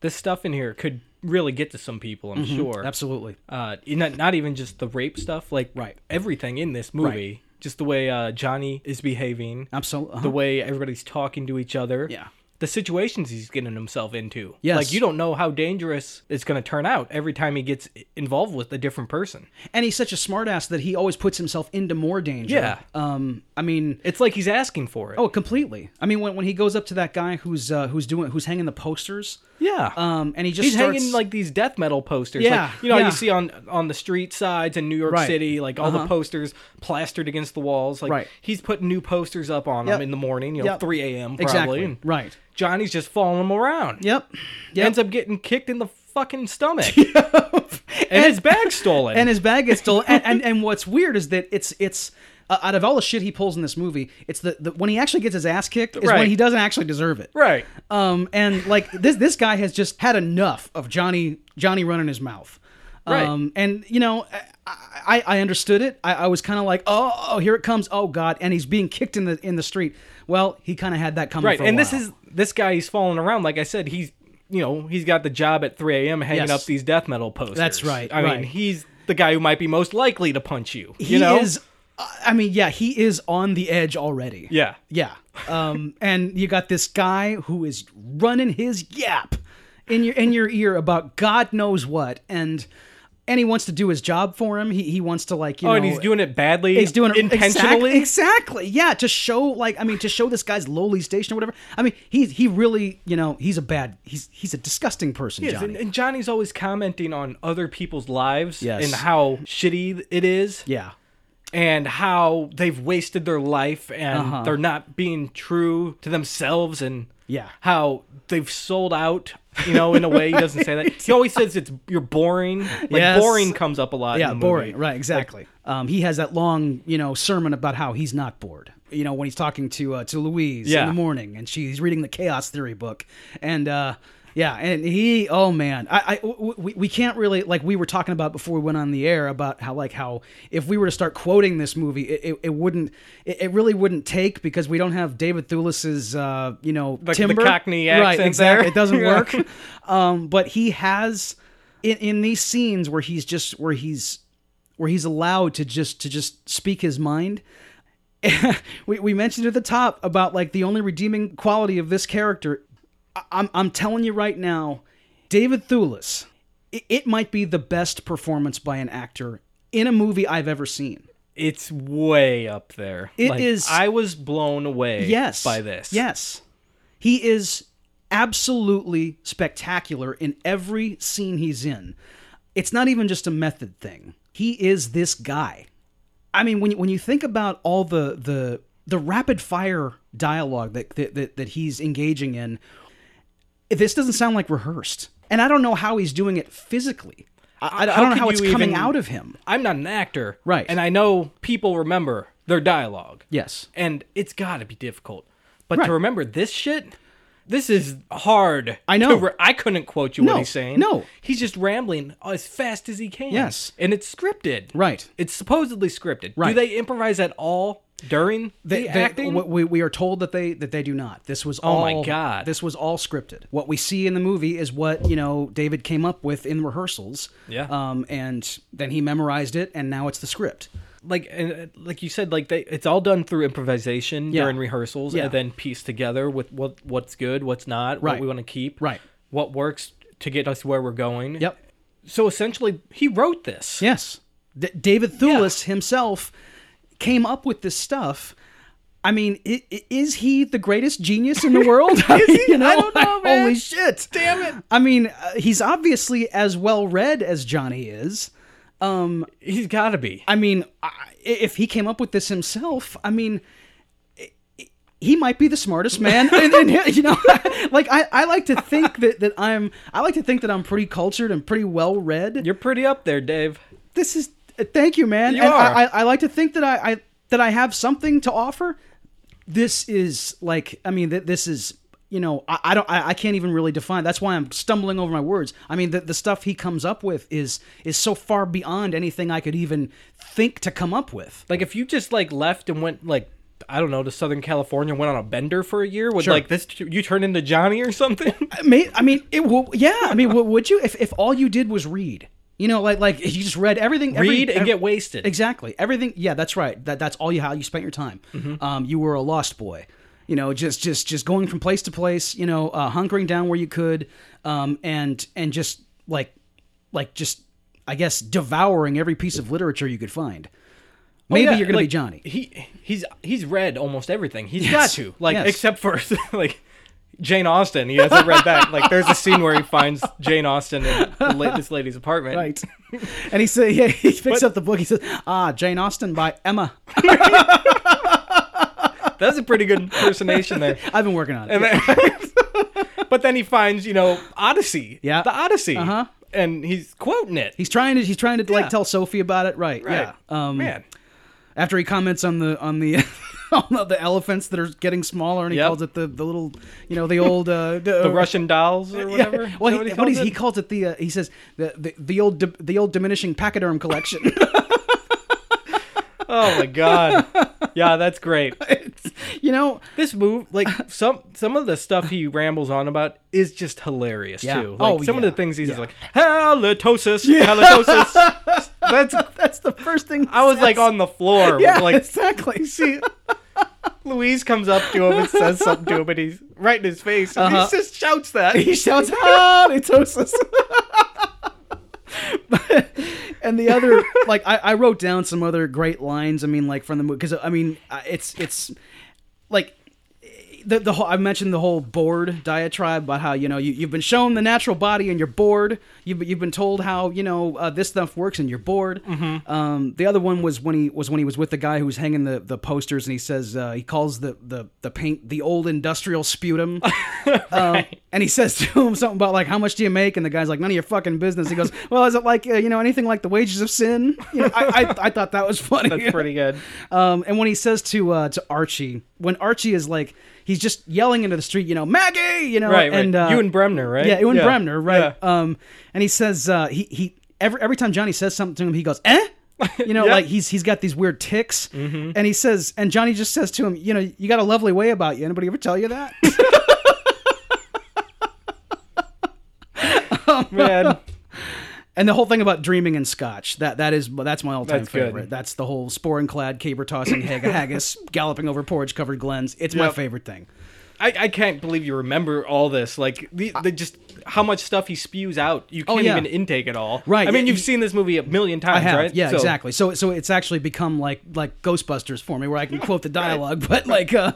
Speaker 1: this stuff in here could really get to some people. I'm sure.
Speaker 2: absolutely,
Speaker 1: Uh, in- not, not even just the rape stuff, like
Speaker 2: Right.
Speaker 1: everything in this movie, just the way uh, Johnny is behaving,
Speaker 2: absolutely.
Speaker 1: the way everybody's talking to each other,
Speaker 2: Yeah.
Speaker 1: the situations he's getting himself into.
Speaker 2: Yes.
Speaker 1: like you don't know how dangerous it's going to turn out every time he gets involved with a different person.
Speaker 2: and he's such a smartass that he always puts himself into more danger.
Speaker 1: Yeah.
Speaker 2: Um. I mean,
Speaker 1: It's like he's asking for it.
Speaker 2: Oh, completely. I mean, when, when he goes up to that guy who's uh, who's doing who's hanging the posters,
Speaker 1: yeah.
Speaker 2: um, and he just
Speaker 1: He's
Speaker 2: starts,
Speaker 1: hanging like these death metal posters.
Speaker 2: Yeah,
Speaker 1: like, you know how
Speaker 2: yeah.
Speaker 1: you see on on the street sides in New York
Speaker 2: Right. Uh-huh.
Speaker 1: City, like all the posters plastered against the walls. Like
Speaker 2: Right.
Speaker 1: he's putting new posters up on them
Speaker 2: Yep.
Speaker 1: in the morning, you know,
Speaker 2: Yep.
Speaker 1: three a.m. probably.
Speaker 2: exactly
Speaker 1: And
Speaker 2: right.
Speaker 1: Johnny's just following him around.
Speaker 2: Yep. Yep.
Speaker 1: Ends up getting kicked in the fucking
Speaker 2: <laughs>
Speaker 1: stomach, and his bag stolen.
Speaker 2: and his bag gets stolen. and, and and what's weird is that it's it's. Uh, out of all the shit he pulls in this movie, it's the, the when he actually gets his ass kicked is
Speaker 1: Right.
Speaker 2: when he doesn't actually deserve it.
Speaker 1: right.
Speaker 2: Um, and like this this guy has just had enough of Johnny Johnny running his mouth.
Speaker 1: Right.
Speaker 2: Um, and you know, I I, I understood it. I, I was kind of like, oh, oh, here it comes. Oh God! And he's being kicked in the in the street. Well, he kind of had that coming.
Speaker 1: Right.
Speaker 2: for a
Speaker 1: And this
Speaker 2: while.
Speaker 1: is this guy he's following around. Like I said, he's you know he's got the job at three a.m. hanging
Speaker 2: Yes.
Speaker 1: up these death metal posters.
Speaker 2: That's right,
Speaker 1: I
Speaker 2: right.
Speaker 1: mean, he's the guy who might be most likely to punch you.
Speaker 2: he
Speaker 1: you know.
Speaker 2: is. I mean, yeah, he is on the edge already.
Speaker 1: yeah.
Speaker 2: Yeah. Um, and you got this guy who is running his yap in your in your ear about God knows what, and and he wants to do his job for him. He he wants to like you
Speaker 1: Oh,
Speaker 2: know.
Speaker 1: and he's doing it badly.
Speaker 2: He's doing it
Speaker 1: intentionally.
Speaker 2: Exact- exactly. Yeah, to show like I mean to show this guy's lowly station or whatever. I mean he he really you know he's a bad he's he's a disgusting person.
Speaker 1: Yes,
Speaker 2: Johnny.
Speaker 1: And, and Johnny's always commenting on other people's lives
Speaker 2: Yes.
Speaker 1: and how shitty it is,
Speaker 2: yeah.
Speaker 1: and how they've wasted their life and
Speaker 2: Uh-huh.
Speaker 1: they're not being true to themselves, and
Speaker 2: Yeah.
Speaker 1: how they've sold out. You know, in a way, he doesn't say that.
Speaker 2: <laughs>
Speaker 1: He always says it's you're boring. Like
Speaker 2: Yes.
Speaker 1: boring comes up a lot. in
Speaker 2: Yeah,
Speaker 1: the movie.
Speaker 2: boring. Right, exactly. um, he has that long, you know, sermon about how he's not bored. You know, when he's talking to uh, to Louise in
Speaker 1: Yeah.
Speaker 2: the morning, and she's reading the chaos theory book, and uh, yeah, and he, oh man, I, I w- we, we can't really like we were talking about before we went on the air about how like how if we were to start quoting this movie, it, it, it wouldn't, it, it really wouldn't take because we don't have David Thewlis's, uh, you know,
Speaker 1: the
Speaker 2: timber
Speaker 1: Cockney accent
Speaker 2: right, exactly.
Speaker 1: there.
Speaker 2: It doesn't
Speaker 1: <laughs> Yeah.
Speaker 2: work um, but he has in, in these scenes where he's just where he's where he's allowed to just to just speak his mind <laughs> we, we mentioned at the top about like the only redeeming quality of this character I, I'm, I'm telling you right now david thewlis it, it might be the best performance by an actor in a movie i've ever seen
Speaker 1: It's way up there. It is.
Speaker 2: It is-
Speaker 1: I was blown away.
Speaker 2: yes
Speaker 1: By this.
Speaker 2: yes he is absolutely spectacular in every scene he's in it's not even just a method thing he is this guy i mean when you, when you think about all the the the rapid fire dialogue that that, that that he's engaging in this doesn't sound like rehearsed and i don't know how he's doing it physically i, I
Speaker 1: How
Speaker 2: don't know
Speaker 1: could
Speaker 2: how it's
Speaker 1: you
Speaker 2: coming
Speaker 1: even-
Speaker 2: out of him
Speaker 1: I'm not an actor.
Speaker 2: Right.
Speaker 1: And I know people remember their dialogue.
Speaker 2: yes
Speaker 1: and it's got to be difficult. But
Speaker 2: Right.
Speaker 1: to remember this shit, this is hard.
Speaker 2: I know.
Speaker 1: to re- I couldn't quote you
Speaker 2: No,
Speaker 1: what he's saying.
Speaker 2: no.
Speaker 1: he's just rambling as fast as he can.
Speaker 2: Yes.
Speaker 1: and it's scripted.
Speaker 2: Right.
Speaker 1: it's supposedly scripted. Do
Speaker 2: Right.
Speaker 1: they improvise at all during
Speaker 2: they,
Speaker 1: the
Speaker 2: they-
Speaker 1: acting? Oh
Speaker 2: what we, we are told that they that they do not. This was all.
Speaker 1: my God.
Speaker 2: This was all scripted. What we see in the movie is what you know David came up with in rehearsals.
Speaker 1: Yeah.
Speaker 2: Um, and then he memorized it, and now it's the script.
Speaker 1: like, and, uh, like you said, like they, it's all done through improvisation
Speaker 2: Yeah.
Speaker 1: during rehearsals,
Speaker 2: Yeah.
Speaker 1: and then pieced together with what what's good, what's not,
Speaker 2: Right.
Speaker 1: what we want to keep,
Speaker 2: Right.
Speaker 1: what works to get us where we're going.
Speaker 2: Yep.
Speaker 1: So essentially, he wrote this.
Speaker 2: Yes. D- David Thewlis himself came up with this stuff. I mean, i- i- is he the greatest genius
Speaker 1: <laughs>
Speaker 2: in the world? is he?
Speaker 1: I don't know, man.
Speaker 2: <laughs> Holy shit! Damn it! I mean, uh, he's obviously as well read as Johnny is.
Speaker 1: He's got to be.
Speaker 2: I mean, I, if he came up with this himself, I mean, i- i- he might be the
Speaker 1: <laughs>
Speaker 2: smartest man. and, and, you know, <laughs> like I, I like to think that, that I'm, I like to think that I'm pretty cultured and pretty well read.
Speaker 1: You're pretty up there, Dave.
Speaker 2: This is, uh, thank you, man.
Speaker 1: You
Speaker 2: and
Speaker 1: are.
Speaker 2: I, I, I like to think that I, I, that I have something to offer. This is like, I mean, th- this is you know, I, I don't, I, I can't even really define. That's why I'm stumbling over my words. I mean, the, the stuff he comes up with is is so far beyond anything I could even think to come up with.
Speaker 1: Like if you just like left and went like I don't know to Southern California, went on a bender for a year, would
Speaker 2: Sure.
Speaker 1: like this you turn into Johnny or something?
Speaker 2: I mean, I mean, it will. Yeah, I mean, w- would you if if all you did was read? You know, like like you just read everything. every-
Speaker 1: Read and
Speaker 2: ev-
Speaker 1: get wasted.
Speaker 2: Exactly. Everything. Yeah, that's right. That that's all you how you spent your time.
Speaker 1: Mm-hmm.
Speaker 2: Um, you were a lost boy. You know, just just just going from place to place. You know, uh, hunkering down where you could, um, and and just like like just I guess devouring every piece of literature you could find. Maybe
Speaker 1: Oh, Yeah,
Speaker 2: you're gonna be
Speaker 1: like,
Speaker 2: Johnny.
Speaker 1: He he's he's read almost everything. He's
Speaker 2: Yes.
Speaker 1: got to like
Speaker 2: Yes.
Speaker 1: except for <laughs> like Jane Austen. He hasn't read that. Like there's a scene where he finds Jane Austen in the la- this lady's apartment.
Speaker 2: Right. <laughs> and he said, yeah, <laughs> he picks up the book. He says, Ah, Jane Austen by Emma. <laughs>
Speaker 1: That's a pretty good impersonation
Speaker 2: <laughs>
Speaker 1: there.
Speaker 2: I've been working on it.
Speaker 1: And then- <laughs> but then he finds you know Odyssey.
Speaker 2: Yeah.
Speaker 1: the Odyssey.
Speaker 2: Uh-huh.
Speaker 1: And he's quoting it.
Speaker 2: He's trying to he's trying to
Speaker 1: Yeah.
Speaker 2: like tell Sophie about it, right?
Speaker 1: Right.
Speaker 2: Yeah. Um,
Speaker 1: Man.
Speaker 2: After he comments on the on the <laughs> on the elephants that are getting smaller, and he
Speaker 1: Yep.
Speaker 2: calls it the the little you know the old uh,
Speaker 1: <laughs> The Russian dolls or
Speaker 2: <laughs> Yeah.
Speaker 1: whatever.
Speaker 2: Well,
Speaker 1: Is that
Speaker 2: he,
Speaker 1: what
Speaker 2: what
Speaker 1: he
Speaker 2: is-
Speaker 1: calls
Speaker 2: he
Speaker 1: it?
Speaker 2: calls it the uh, he says the the, the old di- the old diminishing pachyderm collection. <laughs>
Speaker 1: Oh my
Speaker 2: <laughs>
Speaker 1: god. yeah, that's great. <laughs>
Speaker 2: you know,
Speaker 1: this move
Speaker 2: <laughs>
Speaker 1: like some some of the stuff he rambles on about is just hilarious
Speaker 2: Yeah.
Speaker 1: too like
Speaker 2: Oh,
Speaker 1: some of
Speaker 2: yeah.
Speaker 1: the things he's like halitosis
Speaker 2: <laughs>
Speaker 1: halitosis that's
Speaker 2: that's the first thing.
Speaker 1: i was like on the floor
Speaker 2: <laughs> yeah,
Speaker 1: like
Speaker 2: exactly.
Speaker 1: see louise comes up to him and says something to him and he's right in his face and
Speaker 2: Uh-huh.
Speaker 1: he just shouts that
Speaker 2: <laughs> he shouts halitosis. <laughs> and the other, like I, I wrote down some other great lines. I mean, like from the movie, because I mean, I- it's it's like the the whole. I mentioned the whole bored diatribe about how you know you, you've been shown the natural body and you're bored. You've you've been told how you know uh, this stuff works and you're bored.
Speaker 1: Mm-hmm.
Speaker 2: Um, the other one was when he was when he was with the guy who was hanging the, the posters and he says uh, he calls the, the the paint the old
Speaker 1: <laughs>
Speaker 2: industrial sputum. Um, and he says to him something about like how much do you make and the guy's like none of your fucking business he goes well is it like uh, you know anything like the wages of sin you know i, I, I thought that was funny
Speaker 1: that's pretty good
Speaker 2: um, and when he says to uh, to archie when archie is like he's just yelling into the street you know maggie you know
Speaker 1: right
Speaker 2: and
Speaker 1: right
Speaker 2: Uh,
Speaker 1: ewan bremner right
Speaker 2: yeah ewan bremner
Speaker 1: Yeah.
Speaker 2: right um, and he says uh, he, he every, every time johnny says something to him he goes eh you
Speaker 1: <laughs>
Speaker 2: know,
Speaker 1: Yeah. Mm-hmm.
Speaker 2: like he's he's got these weird ticks, and he says, and Johnny just says to him, you know, you got a lovely way about you. Anybody ever tell you that? <laughs>
Speaker 1: man
Speaker 2: <laughs> And the whole thing about dreaming in Scotch that that is that's my all time
Speaker 1: That's good.
Speaker 2: favorite. That's the whole sporin clad, caber tossing hag- haggis, galloping over porridge covered glens. It's my
Speaker 1: Yep.
Speaker 2: favorite thing.
Speaker 1: I, I can't believe you remember all this. Like the, the just how much stuff he spews out. You can't
Speaker 2: Oh, yeah.
Speaker 1: even intake it all.
Speaker 2: Right,
Speaker 1: I mean,
Speaker 2: yeah,
Speaker 1: you've
Speaker 2: you-
Speaker 1: seen this movie a million times,
Speaker 2: I have,
Speaker 1: right?
Speaker 2: yeah,
Speaker 1: So-
Speaker 2: exactly. So so it's actually become like like Ghostbusters for me, where I can quote
Speaker 1: <laughs>
Speaker 2: the dialogue, but like, uh,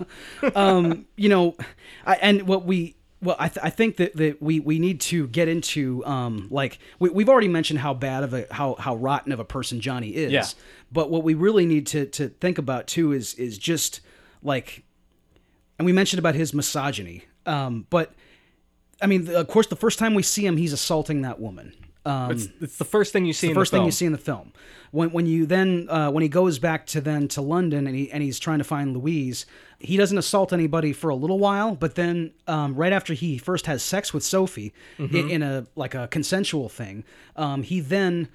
Speaker 2: um, you know, I, and what we. Well, I, th- I think that, that we, we need to get into um, like we, we've already mentioned how bad of a how, how rotten of a person Johnny is.
Speaker 1: Yeah.
Speaker 2: But what we really need to, to think about too is is just like and we mentioned about his misogyny. Um, but I mean, the- of course, the first time we see him, he's assaulting that woman. Um,
Speaker 1: It's, it's the first thing you see. in
Speaker 2: first
Speaker 1: the
Speaker 2: thing
Speaker 1: film.
Speaker 2: you see in the film. When when you then uh, when he goes back to then to London and he and he's trying to find Louise, he doesn't assault anybody for a little while, but then um, right after he first has sex with Sophie i-
Speaker 1: Mm-hmm.
Speaker 2: in, a like a consensual thing, um, he then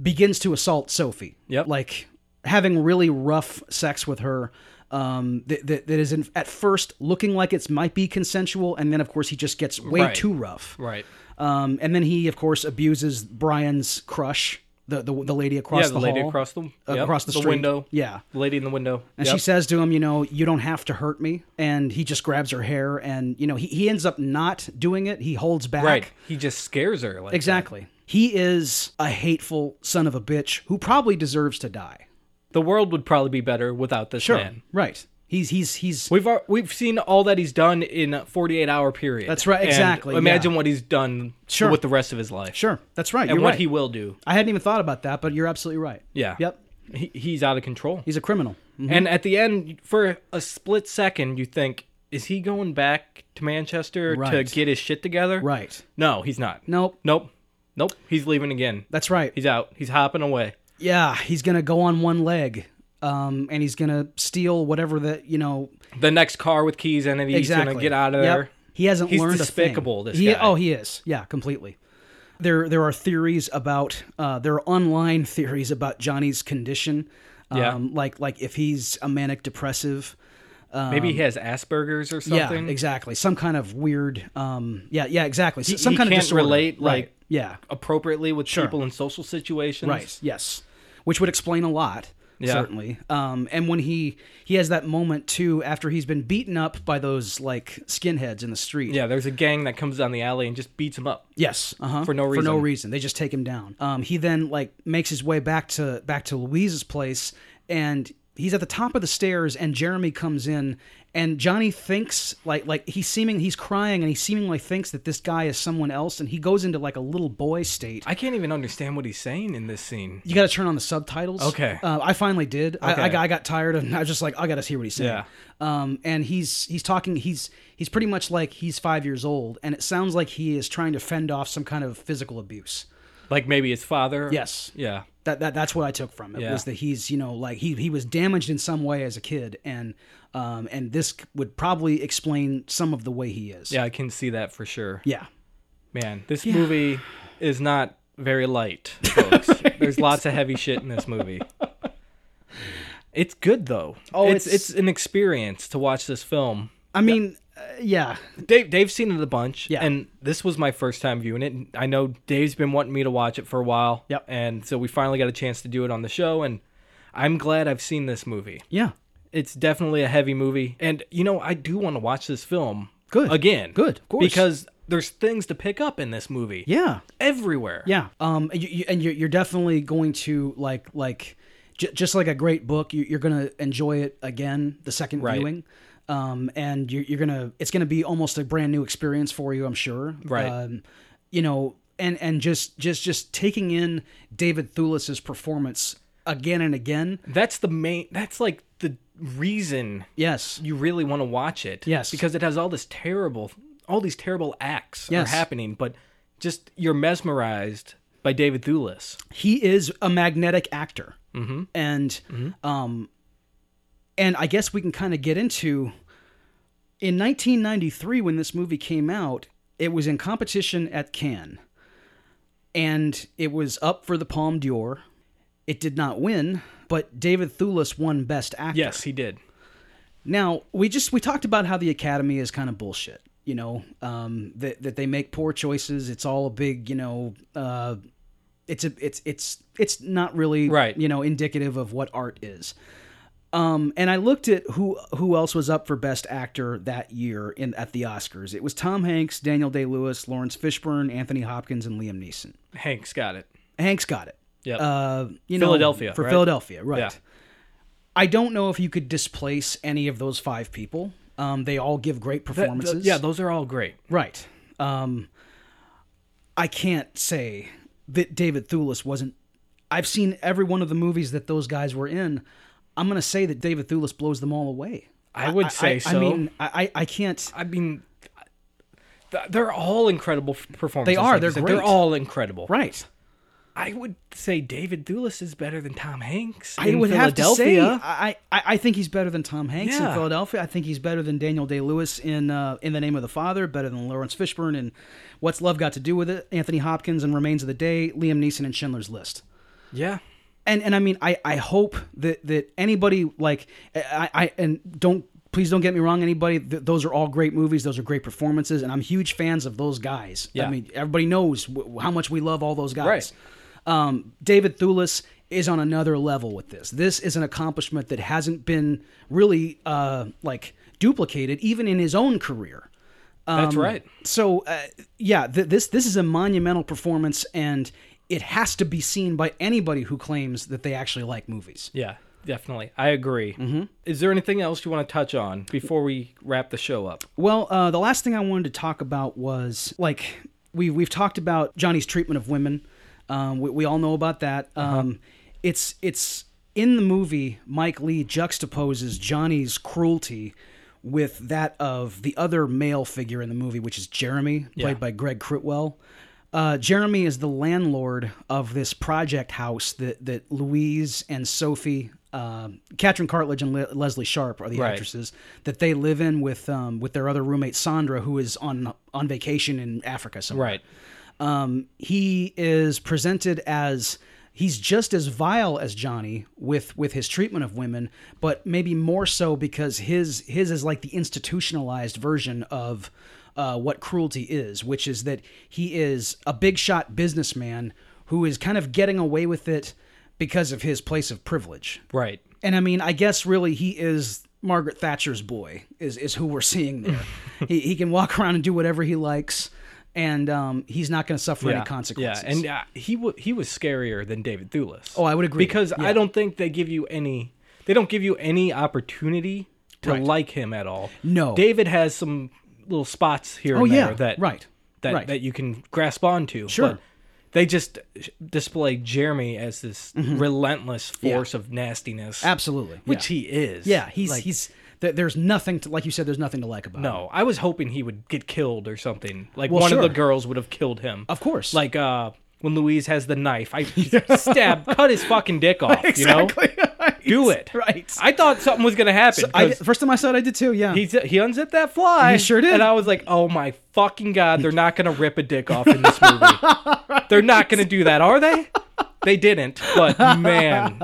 Speaker 2: begins to assault Sophie.
Speaker 1: Yep.
Speaker 2: like having really rough sex with her. Um, that, that, that is in, at first looking like it's might be consensual, and then of course he just gets way
Speaker 1: Right.
Speaker 2: too rough.
Speaker 1: Right.
Speaker 2: Um, and then he, of course, abuses Brian's crush, the the, the lady across
Speaker 1: Yeah, the,
Speaker 2: the
Speaker 1: lady
Speaker 2: hall,
Speaker 1: across the
Speaker 2: uh,
Speaker 1: yep,
Speaker 2: across the, street.
Speaker 1: window.
Speaker 2: Yeah,
Speaker 1: The lady in the window.
Speaker 2: and
Speaker 1: Yep.
Speaker 2: she says to him, you know, you don't have to hurt me. And he just grabs her hair, and you know, he, he ends up not doing it. He holds back.
Speaker 1: right. He just scares her. Like
Speaker 2: Exactly. He is a hateful son of a bitch who probably deserves to die.
Speaker 1: the world would probably be better without this man.
Speaker 2: Right. He's he's he's
Speaker 1: We've al- we've seen all that he's done in a 48 hour period.
Speaker 2: That's right,
Speaker 1: And
Speaker 2: exactly, yeah.
Speaker 1: imagine what he's done
Speaker 2: Sure.
Speaker 1: with the rest of his life
Speaker 2: sure. That's right.
Speaker 1: and
Speaker 2: you're
Speaker 1: what
Speaker 2: right.
Speaker 1: he will do.
Speaker 2: I hadn't even thought about that, but you're absolutely right.
Speaker 1: Yeah.
Speaker 2: Yep.
Speaker 1: He, he's out of control.
Speaker 2: He's mm-hmm. a criminal.
Speaker 1: And at the end, for a split second, you think, is he going back to Manchester to
Speaker 2: Right.
Speaker 1: get his shit together?
Speaker 2: Right.
Speaker 1: No, he's not.
Speaker 2: Nope.
Speaker 1: Nope. Nope. He's leaving again.
Speaker 2: That's right.
Speaker 1: He's out. He's hopping away.
Speaker 2: yeah, he's gonna go on one leg, um, and he's gonna steal whatever that you know
Speaker 1: The next car with keys in it, he's
Speaker 2: exactly.
Speaker 1: going to get out of
Speaker 2: Yep.
Speaker 1: there.
Speaker 2: He hasn't
Speaker 1: He's
Speaker 2: learned
Speaker 1: despicable,
Speaker 2: a thing.
Speaker 1: this
Speaker 2: He-
Speaker 1: guy.
Speaker 2: Oh, he is. Yeah, completely. There, there are theories about. Uh, there are online <laughs> theories about Johnny's condition. Um,
Speaker 1: Yeah.
Speaker 2: Like, like if he's a manic depressive.
Speaker 1: Maybe he has Asperger's or something.
Speaker 2: Um, Yeah, exactly. Some kind of weird. Um, yeah, yeah, exactly. S- Some
Speaker 1: he
Speaker 2: kind
Speaker 1: can't
Speaker 2: of disorder.
Speaker 1: relate,
Speaker 2: Right.
Speaker 1: like-
Speaker 2: yeah,
Speaker 1: Appropriately with people in social situations.
Speaker 2: right. Yes, which would explain a lot.
Speaker 1: Yeah.
Speaker 2: Certainly. Um, and when he he has that moment too, after he's been beaten up by those like skinheads in the street.
Speaker 1: Yeah, there's a gang that comes down the alley and just beats him up.
Speaker 2: Yes, uh-huh.
Speaker 1: For no
Speaker 2: For no
Speaker 1: reason.
Speaker 2: reason, they just take him down. Um, he then like makes his way back to back to Louise's place, and he's at the top of the stairs, and Jeremy comes in, and Johnny thinks like like he's seeming he's crying, and he seemingly thinks that this guy is someone else, and he goes into like a little boy state.
Speaker 1: I can't even understand what he's saying in this scene.
Speaker 2: you got to turn on the subtitles.
Speaker 1: Okay.
Speaker 2: Uh, I finally did. I, I,
Speaker 1: Okay.
Speaker 2: got, I got tired of. <laughs> I was just like, I got to hear what he's saying.
Speaker 1: Yeah.
Speaker 2: Um, and he's he's talking. He's he's pretty much like he's five years old, and it sounds like he is trying to fend off some kind of physical abuse.
Speaker 1: Like maybe his father.
Speaker 2: Yes.
Speaker 1: Yeah.
Speaker 2: That, that that's what I took from it
Speaker 1: Yeah.
Speaker 2: was that he's you know like he he was damaged in some way as a kid and um and this would probably explain some of the way he is.
Speaker 1: Yeah, I can see that for sure.
Speaker 2: Yeah.
Speaker 1: Man, this movie is not very light,
Speaker 2: <laughs>
Speaker 1: folks. There's lots of heavy shit in this movie. It's good though.
Speaker 2: Oh,
Speaker 1: it's
Speaker 2: it's-
Speaker 1: it's an experience to watch this film.
Speaker 2: I mean, uh, yeah.
Speaker 1: Dave, Dave's seen it a bunch,
Speaker 2: Yeah.
Speaker 1: and this was my first time viewing it. I know Dave's been wanting me to watch it for a while,
Speaker 2: Yep.
Speaker 1: and so we finally got a chance to do it on the show, and I'm glad I've seen this movie.
Speaker 2: Yeah.
Speaker 1: It's definitely a heavy movie, and you know I do want to watch this film
Speaker 2: Good.
Speaker 1: again,
Speaker 2: Good, of course.
Speaker 1: because there's things to pick up in this movie,
Speaker 2: Yeah.
Speaker 1: everywhere,
Speaker 2: Yeah. Um and you, you, and you're, you're definitely going to like like j- just like a great book you, you're going to enjoy it again the second
Speaker 1: Right.
Speaker 2: viewing. Um and you are you're going to it's going to be almost a brand new experience for you, I'm sure.
Speaker 1: Right.
Speaker 2: Um you know and and just just just taking in David Thewlis's performance again and again.
Speaker 1: That's the main. That's like the reason
Speaker 2: Yes.
Speaker 1: you really want to watch it.
Speaker 2: Yes.
Speaker 1: Because it has all this terrible, all these terrible acts
Speaker 2: Yes.
Speaker 1: are happening, but just you're mesmerized by David Thewlis.
Speaker 2: he is a magnetic actor mm-hmm. and um and i guess we can kind of get into in 1993 when this movie came out it was in competition at cannes and it was up for the palme d'or it did not win but david thewlis won best actor
Speaker 1: Yes, he did.
Speaker 2: now we just we talked about how the Academy is kind of bullshit. You know um, that that they make poor choices. It's all a big you know. Uh, it's a it's it's it's not really
Speaker 1: Right.
Speaker 2: you know indicative of what art is. Um, and I looked at who who else was up for Best Actor that year in at the Oscars. It was Tom Hanks, Daniel Day Lewis, Lawrence Fishburne, Anthony Hopkins, and Liam Neeson.
Speaker 1: Hanks got it.
Speaker 2: Hanks got it.
Speaker 1: Yeah.
Speaker 2: Uh, you know,
Speaker 1: Philadelphia,
Speaker 2: for
Speaker 1: right?
Speaker 2: Philadelphia, right?
Speaker 1: Yeah.
Speaker 2: I don't know if you could displace any of those five people. Um, they all give great performances.
Speaker 1: yeah, those are all great.
Speaker 2: right. Um, I can't say that David Thewlis wasn't. I've seen every one of the movies that those guys were in. I'm gonna say that David Thewlis blows them all away.
Speaker 1: I would say
Speaker 2: I,
Speaker 1: so.
Speaker 2: I mean, I I, I can't.
Speaker 1: I mean, th- they're all incredible f- performances.
Speaker 2: They are,
Speaker 1: like you
Speaker 2: they're
Speaker 1: said.
Speaker 2: great.
Speaker 1: They're all incredible.
Speaker 2: Right.
Speaker 1: I would say David Thewlis is better than Tom Hanks.
Speaker 2: I
Speaker 1: in
Speaker 2: would have to say
Speaker 1: Philadelphia.
Speaker 2: I, I I think he's better than Tom Hanks in
Speaker 1: Yeah.
Speaker 2: Philadelphia. I think he's better than Daniel Day Lewis in uh, In the Name of the Father. Better than Lawrence Fishburne in What's Love Got to Do with It? Anthony Hopkins in Remains of the Day. Liam Neeson in Schindler's List.
Speaker 1: Yeah.
Speaker 2: And and I mean I, I hope that that anybody like I, I and don't please don't get me wrong anybody th- those are all great movies those are great performances and I'm huge fans of those guys. I
Speaker 1: Yeah.
Speaker 2: mean everybody knows w- how much we love all those guys
Speaker 1: Right.
Speaker 2: um, David Thewlis is on another level with this. This is an accomplishment that hasn't been really uh, like duplicated, even in his own career.
Speaker 1: That's right.
Speaker 2: Um, So uh, yeah, th- this this is a monumental performance, and it has to be seen by anybody who claims that they actually like movies.
Speaker 1: Yeah, definitely. I agree. Mm-hmm. Is there anything else you want to touch on before we wrap the show up?
Speaker 2: Well, uh, the last thing I wanted to talk about was like we we've talked about Johnny's treatment of women. Um, we, we all know about that.
Speaker 1: Uh-huh.
Speaker 2: Um, It's it's in the movie. Mike Lee juxtaposes Johnny's cruelty with that of the other male figure in the movie, which is Jeremy, played
Speaker 1: Yeah.
Speaker 2: by Greg Critwell. Uh, Jeremy is the landlord of this project house that that Louise and Sophie um Katrin Cartledge and Le- Leslie Sharp are the
Speaker 1: Right.
Speaker 2: actresses that they live in with um, with their other roommate Sandra, who is on on vacation in Africa somewhere
Speaker 1: Right.
Speaker 2: um, he is presented as he's just as vile as Johnny with with his treatment of women, but maybe more so because his his is like the institutionalized version of uh, what cruelty is, which is that he is a big shot businessman who is kind of getting away with it because of his place of privilege.
Speaker 1: Right.
Speaker 2: And I mean, I guess really he is Margaret Thatcher's boy is is who we're
Speaker 1: <laughs>
Speaker 2: seeing there. he he can walk around and do whatever he likes, and um, he's not going to suffer any consequences.
Speaker 1: Yeah, and uh, he w- he was scarier than David Thewlis.
Speaker 2: Oh, I would agree.
Speaker 1: because I don't think they give you any they don't give you any opportunity to
Speaker 2: Right.
Speaker 1: like him at all.
Speaker 2: No.
Speaker 1: David has some little spots here
Speaker 2: oh
Speaker 1: and
Speaker 2: yeah,
Speaker 1: there that
Speaker 2: right,
Speaker 1: that
Speaker 2: right.
Speaker 1: that you can grasp onto.
Speaker 2: Sure.
Speaker 1: but they just display Jeremy as this relentless force of nastiness,
Speaker 2: absolutely.
Speaker 1: which
Speaker 2: Mm-hmm. yeah.
Speaker 1: he is.
Speaker 2: yeah, he's
Speaker 1: Like,
Speaker 2: he's th- there's nothing to like you said. There's nothing to like about. him.
Speaker 1: no. I was hoping he would get killed or something. Like
Speaker 2: Well,
Speaker 1: one of the
Speaker 2: sure.
Speaker 1: girls would have killed him.
Speaker 2: of course. <laughs>
Speaker 1: like uh when Louise has the knife, I stab, cut his fucking dick off. You know, do it.
Speaker 2: right.
Speaker 1: I thought something was gonna happen.
Speaker 2: <laughs> I,
Speaker 1: 'cause
Speaker 2: first time I saw it, I did too. Yeah,
Speaker 1: he z- he unzipped that fly.
Speaker 2: He sure did.
Speaker 1: And I was like, oh my fucking god, they're not gonna rip a dick off in this
Speaker 2: <laughs>
Speaker 1: movie. They're not gonna do that, are they? They didn't, but man,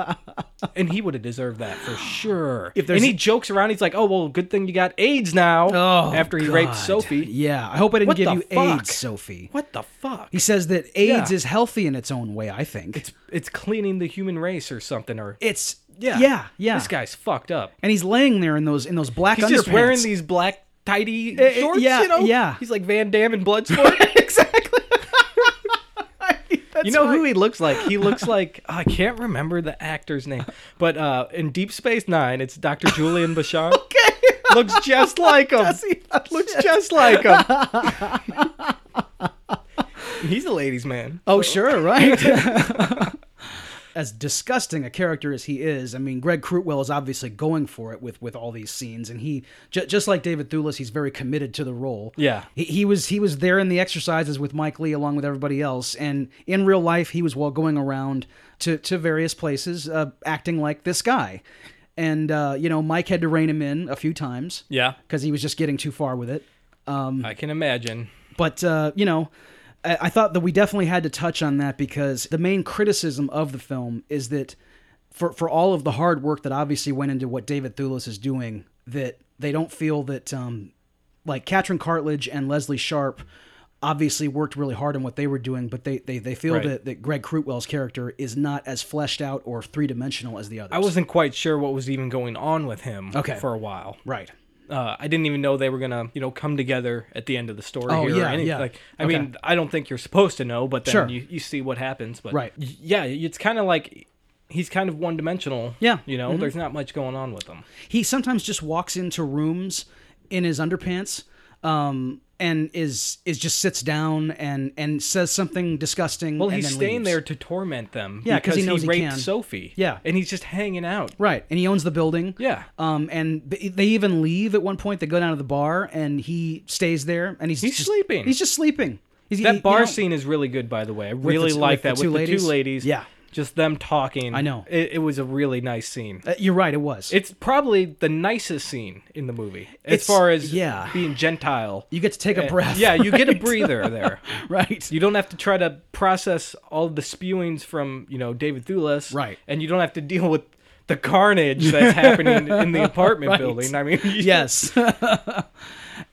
Speaker 1: and he would have deserved that for sure. If
Speaker 2: there's-
Speaker 1: and he jokes around, he's like, "Oh well, good thing you got AIDS now."
Speaker 2: oh,
Speaker 1: after he
Speaker 2: God.
Speaker 1: raped Sophie,
Speaker 2: Yeah, I hope I didn't
Speaker 1: What
Speaker 2: give
Speaker 1: the
Speaker 2: you
Speaker 1: fuck?
Speaker 2: AIDS, Sophie.
Speaker 1: what the fuck?
Speaker 2: He says that AIDS
Speaker 1: Yeah.
Speaker 2: is healthy in its own way. I think it's
Speaker 1: <laughs> it's cleaning the human race or something, or
Speaker 2: it's
Speaker 1: <laughs> Yeah.
Speaker 2: yeah yeah.
Speaker 1: This guy's fucked up.
Speaker 2: and he's laying there in those in those black
Speaker 1: He's
Speaker 2: underpants.
Speaker 1: just wearing these black tidy
Speaker 2: eh,
Speaker 1: shorts,
Speaker 2: yeah,
Speaker 1: you know?
Speaker 2: yeah.
Speaker 1: He's like Van Damme in <laughs> Bloodsport.
Speaker 2: exactly.
Speaker 1: you know who he looks like? He <laughs> looks like oh, I can't remember the actor's name. But uh in Deep Space 9, it's Dr. Julian Basham. <laughs> okay. Looks just like him. looks just like <laughs> him. He's a ladies man.
Speaker 2: <laughs> Oh, sure, right. <laughs> as disgusting a character as he is, I mean, Greg Crutwell is obviously going for it with with all these scenes, and he j- just like David Thewlis, he's very committed to the role.
Speaker 1: Yeah.
Speaker 2: he, he was he was there in the exercises with Mike Lee along with everybody else, and in real life, he was well going around to to various places, uh, acting like this guy. And uh, you know, Mike had to rein him in a few times.
Speaker 1: Yeah.
Speaker 2: because he was just getting too far with it.
Speaker 1: I can imagine.
Speaker 2: But uh, you know, I, I thought that we definitely had to touch on that because the main criticism of the film is that for for all of the hard work that obviously went into what David Thewlis is doing, that they don't feel that um, like Katrin Cartledge and Leslie Sharp obviously worked really hard on what they were doing, but they they, they feel
Speaker 1: Right.
Speaker 2: that, that Greg Crutwell's character is not as fleshed out or three dimensional as the others.
Speaker 1: I wasn't quite sure what was even going on with him
Speaker 2: Okay.
Speaker 1: for a while.
Speaker 2: right.
Speaker 1: uh, I didn't even know they were gonna, you know, come together at the end of the story.
Speaker 2: Oh,
Speaker 1: here
Speaker 2: yeah,
Speaker 1: or anything.
Speaker 2: yeah.
Speaker 1: Like, I
Speaker 2: Okay.
Speaker 1: mean, I don't think you're supposed to know, but then
Speaker 2: Sure.
Speaker 1: you, you see what happens. But
Speaker 2: Right.
Speaker 1: y- yeah, it's kind of like he's kind of one dimensional.
Speaker 2: Yeah. Mm-hmm.
Speaker 1: you know, there's not much going on with him.
Speaker 2: he sometimes just walks into rooms in his underpants um and is is just sits down and and says something disgusting
Speaker 1: Well,
Speaker 2: and
Speaker 1: he's
Speaker 2: then
Speaker 1: staying
Speaker 2: leaves.
Speaker 1: there to torment them.
Speaker 2: Yeah, 'cause
Speaker 1: because
Speaker 2: he knows he
Speaker 1: raped
Speaker 2: can.
Speaker 1: Sophie.
Speaker 2: Yeah.
Speaker 1: and he's just hanging out. Uh,
Speaker 2: right and he owns the building
Speaker 1: Yeah.
Speaker 2: um and they, they even leave at one point they go down to the bar and he stays there and he's
Speaker 1: He's
Speaker 2: just-
Speaker 1: sleeping.
Speaker 2: he's just sleeping he's, he- you
Speaker 1: That bar
Speaker 2: know-
Speaker 1: scene is really good, by the way. I really
Speaker 2: the-
Speaker 1: like
Speaker 2: with the
Speaker 1: that
Speaker 2: two
Speaker 1: with the
Speaker 2: ladies?
Speaker 1: two ladies.
Speaker 2: Yeah.
Speaker 1: just them talking. I
Speaker 2: know.
Speaker 1: it, it was a really nice scene.
Speaker 2: Uh, you're right it was
Speaker 1: It's probably the nicest scene in the movie as
Speaker 2: It's-
Speaker 1: far as
Speaker 2: yeah.
Speaker 1: being Gentile.
Speaker 2: you get to take a breath
Speaker 1: Yeah, you
Speaker 2: <laughs>
Speaker 1: get a breather there.
Speaker 2: right
Speaker 1: You don't have to try to process all the spewings from, you know, David Thewlis.
Speaker 2: Right.
Speaker 1: And you don't have to deal with the carnage
Speaker 2: <laughs>
Speaker 1: that's happening in the apartment building. I mean,
Speaker 2: yes <laughs>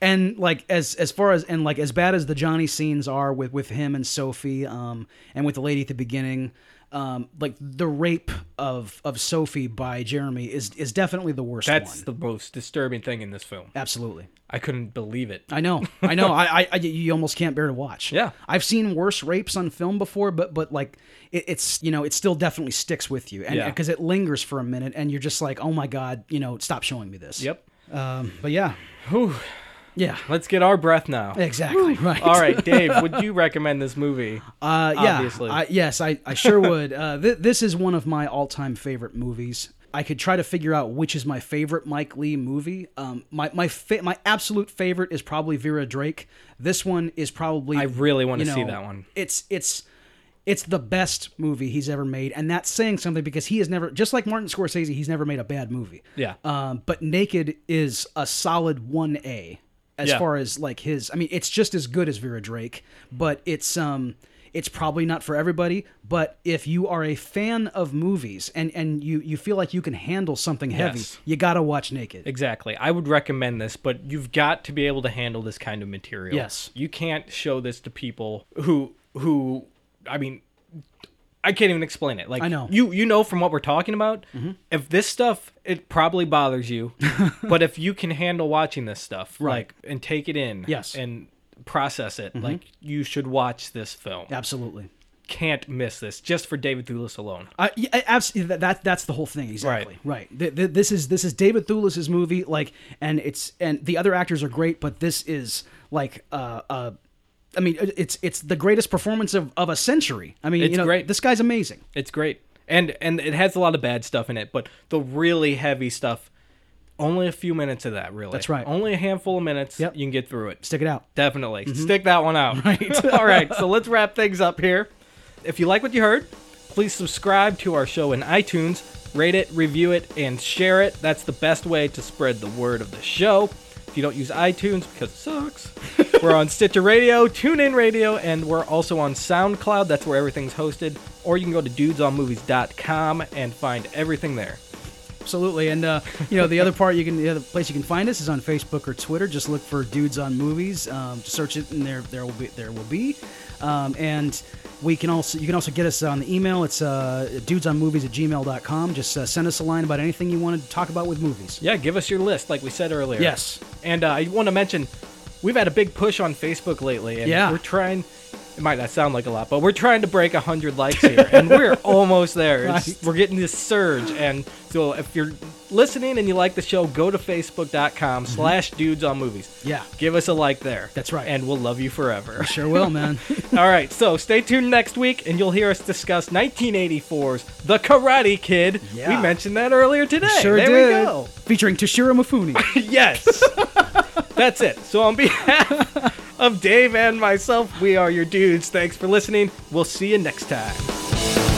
Speaker 2: and like as as far as and like as bad as the johnny scenes are with with him and sophie um and with the lady at the beginning um like the rape of of sophie by jeremy is is definitely the
Speaker 1: <laughs>
Speaker 2: worst
Speaker 1: that's
Speaker 2: one
Speaker 1: the most disturbing thing in this film.
Speaker 2: absolutely
Speaker 1: I couldn't believe it.
Speaker 2: i know
Speaker 1: <laughs>
Speaker 2: i know I, I i you almost can't bear to watch
Speaker 1: Yeah.
Speaker 2: i've seen worse rapes on film before but but like it, it's you know it still definitely sticks with you and
Speaker 1: Yeah.
Speaker 2: because it lingers for a minute and you're just like oh my god you know stop showing me this
Speaker 1: Yep.
Speaker 2: um but yeah
Speaker 1: Whew.
Speaker 2: yeah
Speaker 1: Let's get our breath now.
Speaker 2: exactly right
Speaker 1: All right,
Speaker 2: <laughs>
Speaker 1: Dave, would you recommend this movie?
Speaker 2: Uh, yeah,
Speaker 1: Obviously.
Speaker 2: I, yes, I, I sure would. Uh, th- this is one of my all time favorite movies. I could try to figure out which is my favorite Mike Lee movie. Um, my my fa- my absolute favorite is probably Vera Drake. This one is probably
Speaker 1: I really wanna
Speaker 2: you
Speaker 1: see that one.
Speaker 2: It's it's It's the best movie he's ever made, and that's saying something because he has never, just like Martin Scorsese, he's never made a bad movie.
Speaker 1: Yeah.
Speaker 2: Um, but Naked is a solid one A as
Speaker 1: Yeah.
Speaker 2: far as like his. I mean, it's just as good as Vera Drake, but it's um, it's probably not for everybody. But if you are a fan of movies and and you you feel like you can handle something heavy,
Speaker 1: Yes.
Speaker 2: you gotta watch Naked.
Speaker 1: Exactly. I would recommend this, but you've got to be able to handle this kind of material.
Speaker 2: Yes.
Speaker 1: You can't show this to people who who I mean I can't even explain it. Like
Speaker 2: I know. Mm-hmm.
Speaker 1: you you know from what we're talking about, if this stuff it probably bothers
Speaker 2: <laughs>
Speaker 1: you, but if you can handle watching this stuff
Speaker 2: Right.
Speaker 1: like and take it in
Speaker 2: Yes. Mm-hmm.
Speaker 1: and process it, like you should watch this film.
Speaker 2: Absolutely.
Speaker 1: Can't miss this just for David Thewlis alone.
Speaker 2: I, Uh, yeah, absolutely. That that's the whole thing. Exactly. Right. Th- th- this is this is David Thewlis's movie. Like, and it's and the other actors are great, but this is like uh uh. I mean, it- it's it's the greatest performance of, of a century. I mean,
Speaker 1: It's
Speaker 2: you know,
Speaker 1: great.
Speaker 2: this guy's amazing.
Speaker 1: It's great. And and it has a lot of bad stuff in it, but the really heavy stuff, only a few minutes of that, really.
Speaker 2: That's right.
Speaker 1: Only a handful of minutes
Speaker 2: Yep.
Speaker 1: you can get through it.
Speaker 2: Stick it out.
Speaker 1: Definitely. Stick that one out. Right. <laughs> All right. So let's wrap things up here. If you like what you heard, please subscribe to our show in iTunes, rate it, review it, and share it. That's the best way to spread the word of the show. If you don't use iTunes because it sucks, we're on Stitcher Radio, TuneIn Radio, and we're also on SoundCloud. That's where everything's hosted. Or you can go to dudesonmovies.com and find everything there.
Speaker 2: Absolutely. And uh, you know, the other part you can the other place you can find us is on Facebook or Twitter. Just look for Dudes on Movies. Um, just search it, and there there will be there will be. Um, and we can also you can also get us on the email. It's uh, dudesonmovies at gmail.com. Just uh, send us a line about anything you want to talk about with movies.
Speaker 1: Yeah, give us your list, like we said earlier.
Speaker 2: Yes.
Speaker 1: And uh, I want to mention, we've had a big push on Facebook lately, and
Speaker 2: Yeah.
Speaker 1: we're trying. It might not sound like a lot, but we're trying to break hundred likes here, and
Speaker 2: <laughs>
Speaker 1: we're almost there. It's-
Speaker 2: Right.
Speaker 1: We're getting this surge, and so if you're listening and you like the show, go to facebook.com/slash dudes on movies.
Speaker 2: Mm-hmm. Yeah.
Speaker 1: give us a like there.
Speaker 2: That's right.
Speaker 1: and we'll love you forever. <laughs>
Speaker 2: Sure will, man.
Speaker 1: All right, so stay tuned next week, and you'll hear us discuss 1984's The Karate Kid.
Speaker 2: Yeah.
Speaker 1: We mentioned that earlier today.
Speaker 2: sure
Speaker 1: there
Speaker 2: did.
Speaker 1: we go.
Speaker 2: Featuring Toshiro Mifune.
Speaker 1: <laughs> Yes. That's it. So, on behalf of Dave and myself, we are your dudes. Thanks for listening. We'll see you next time.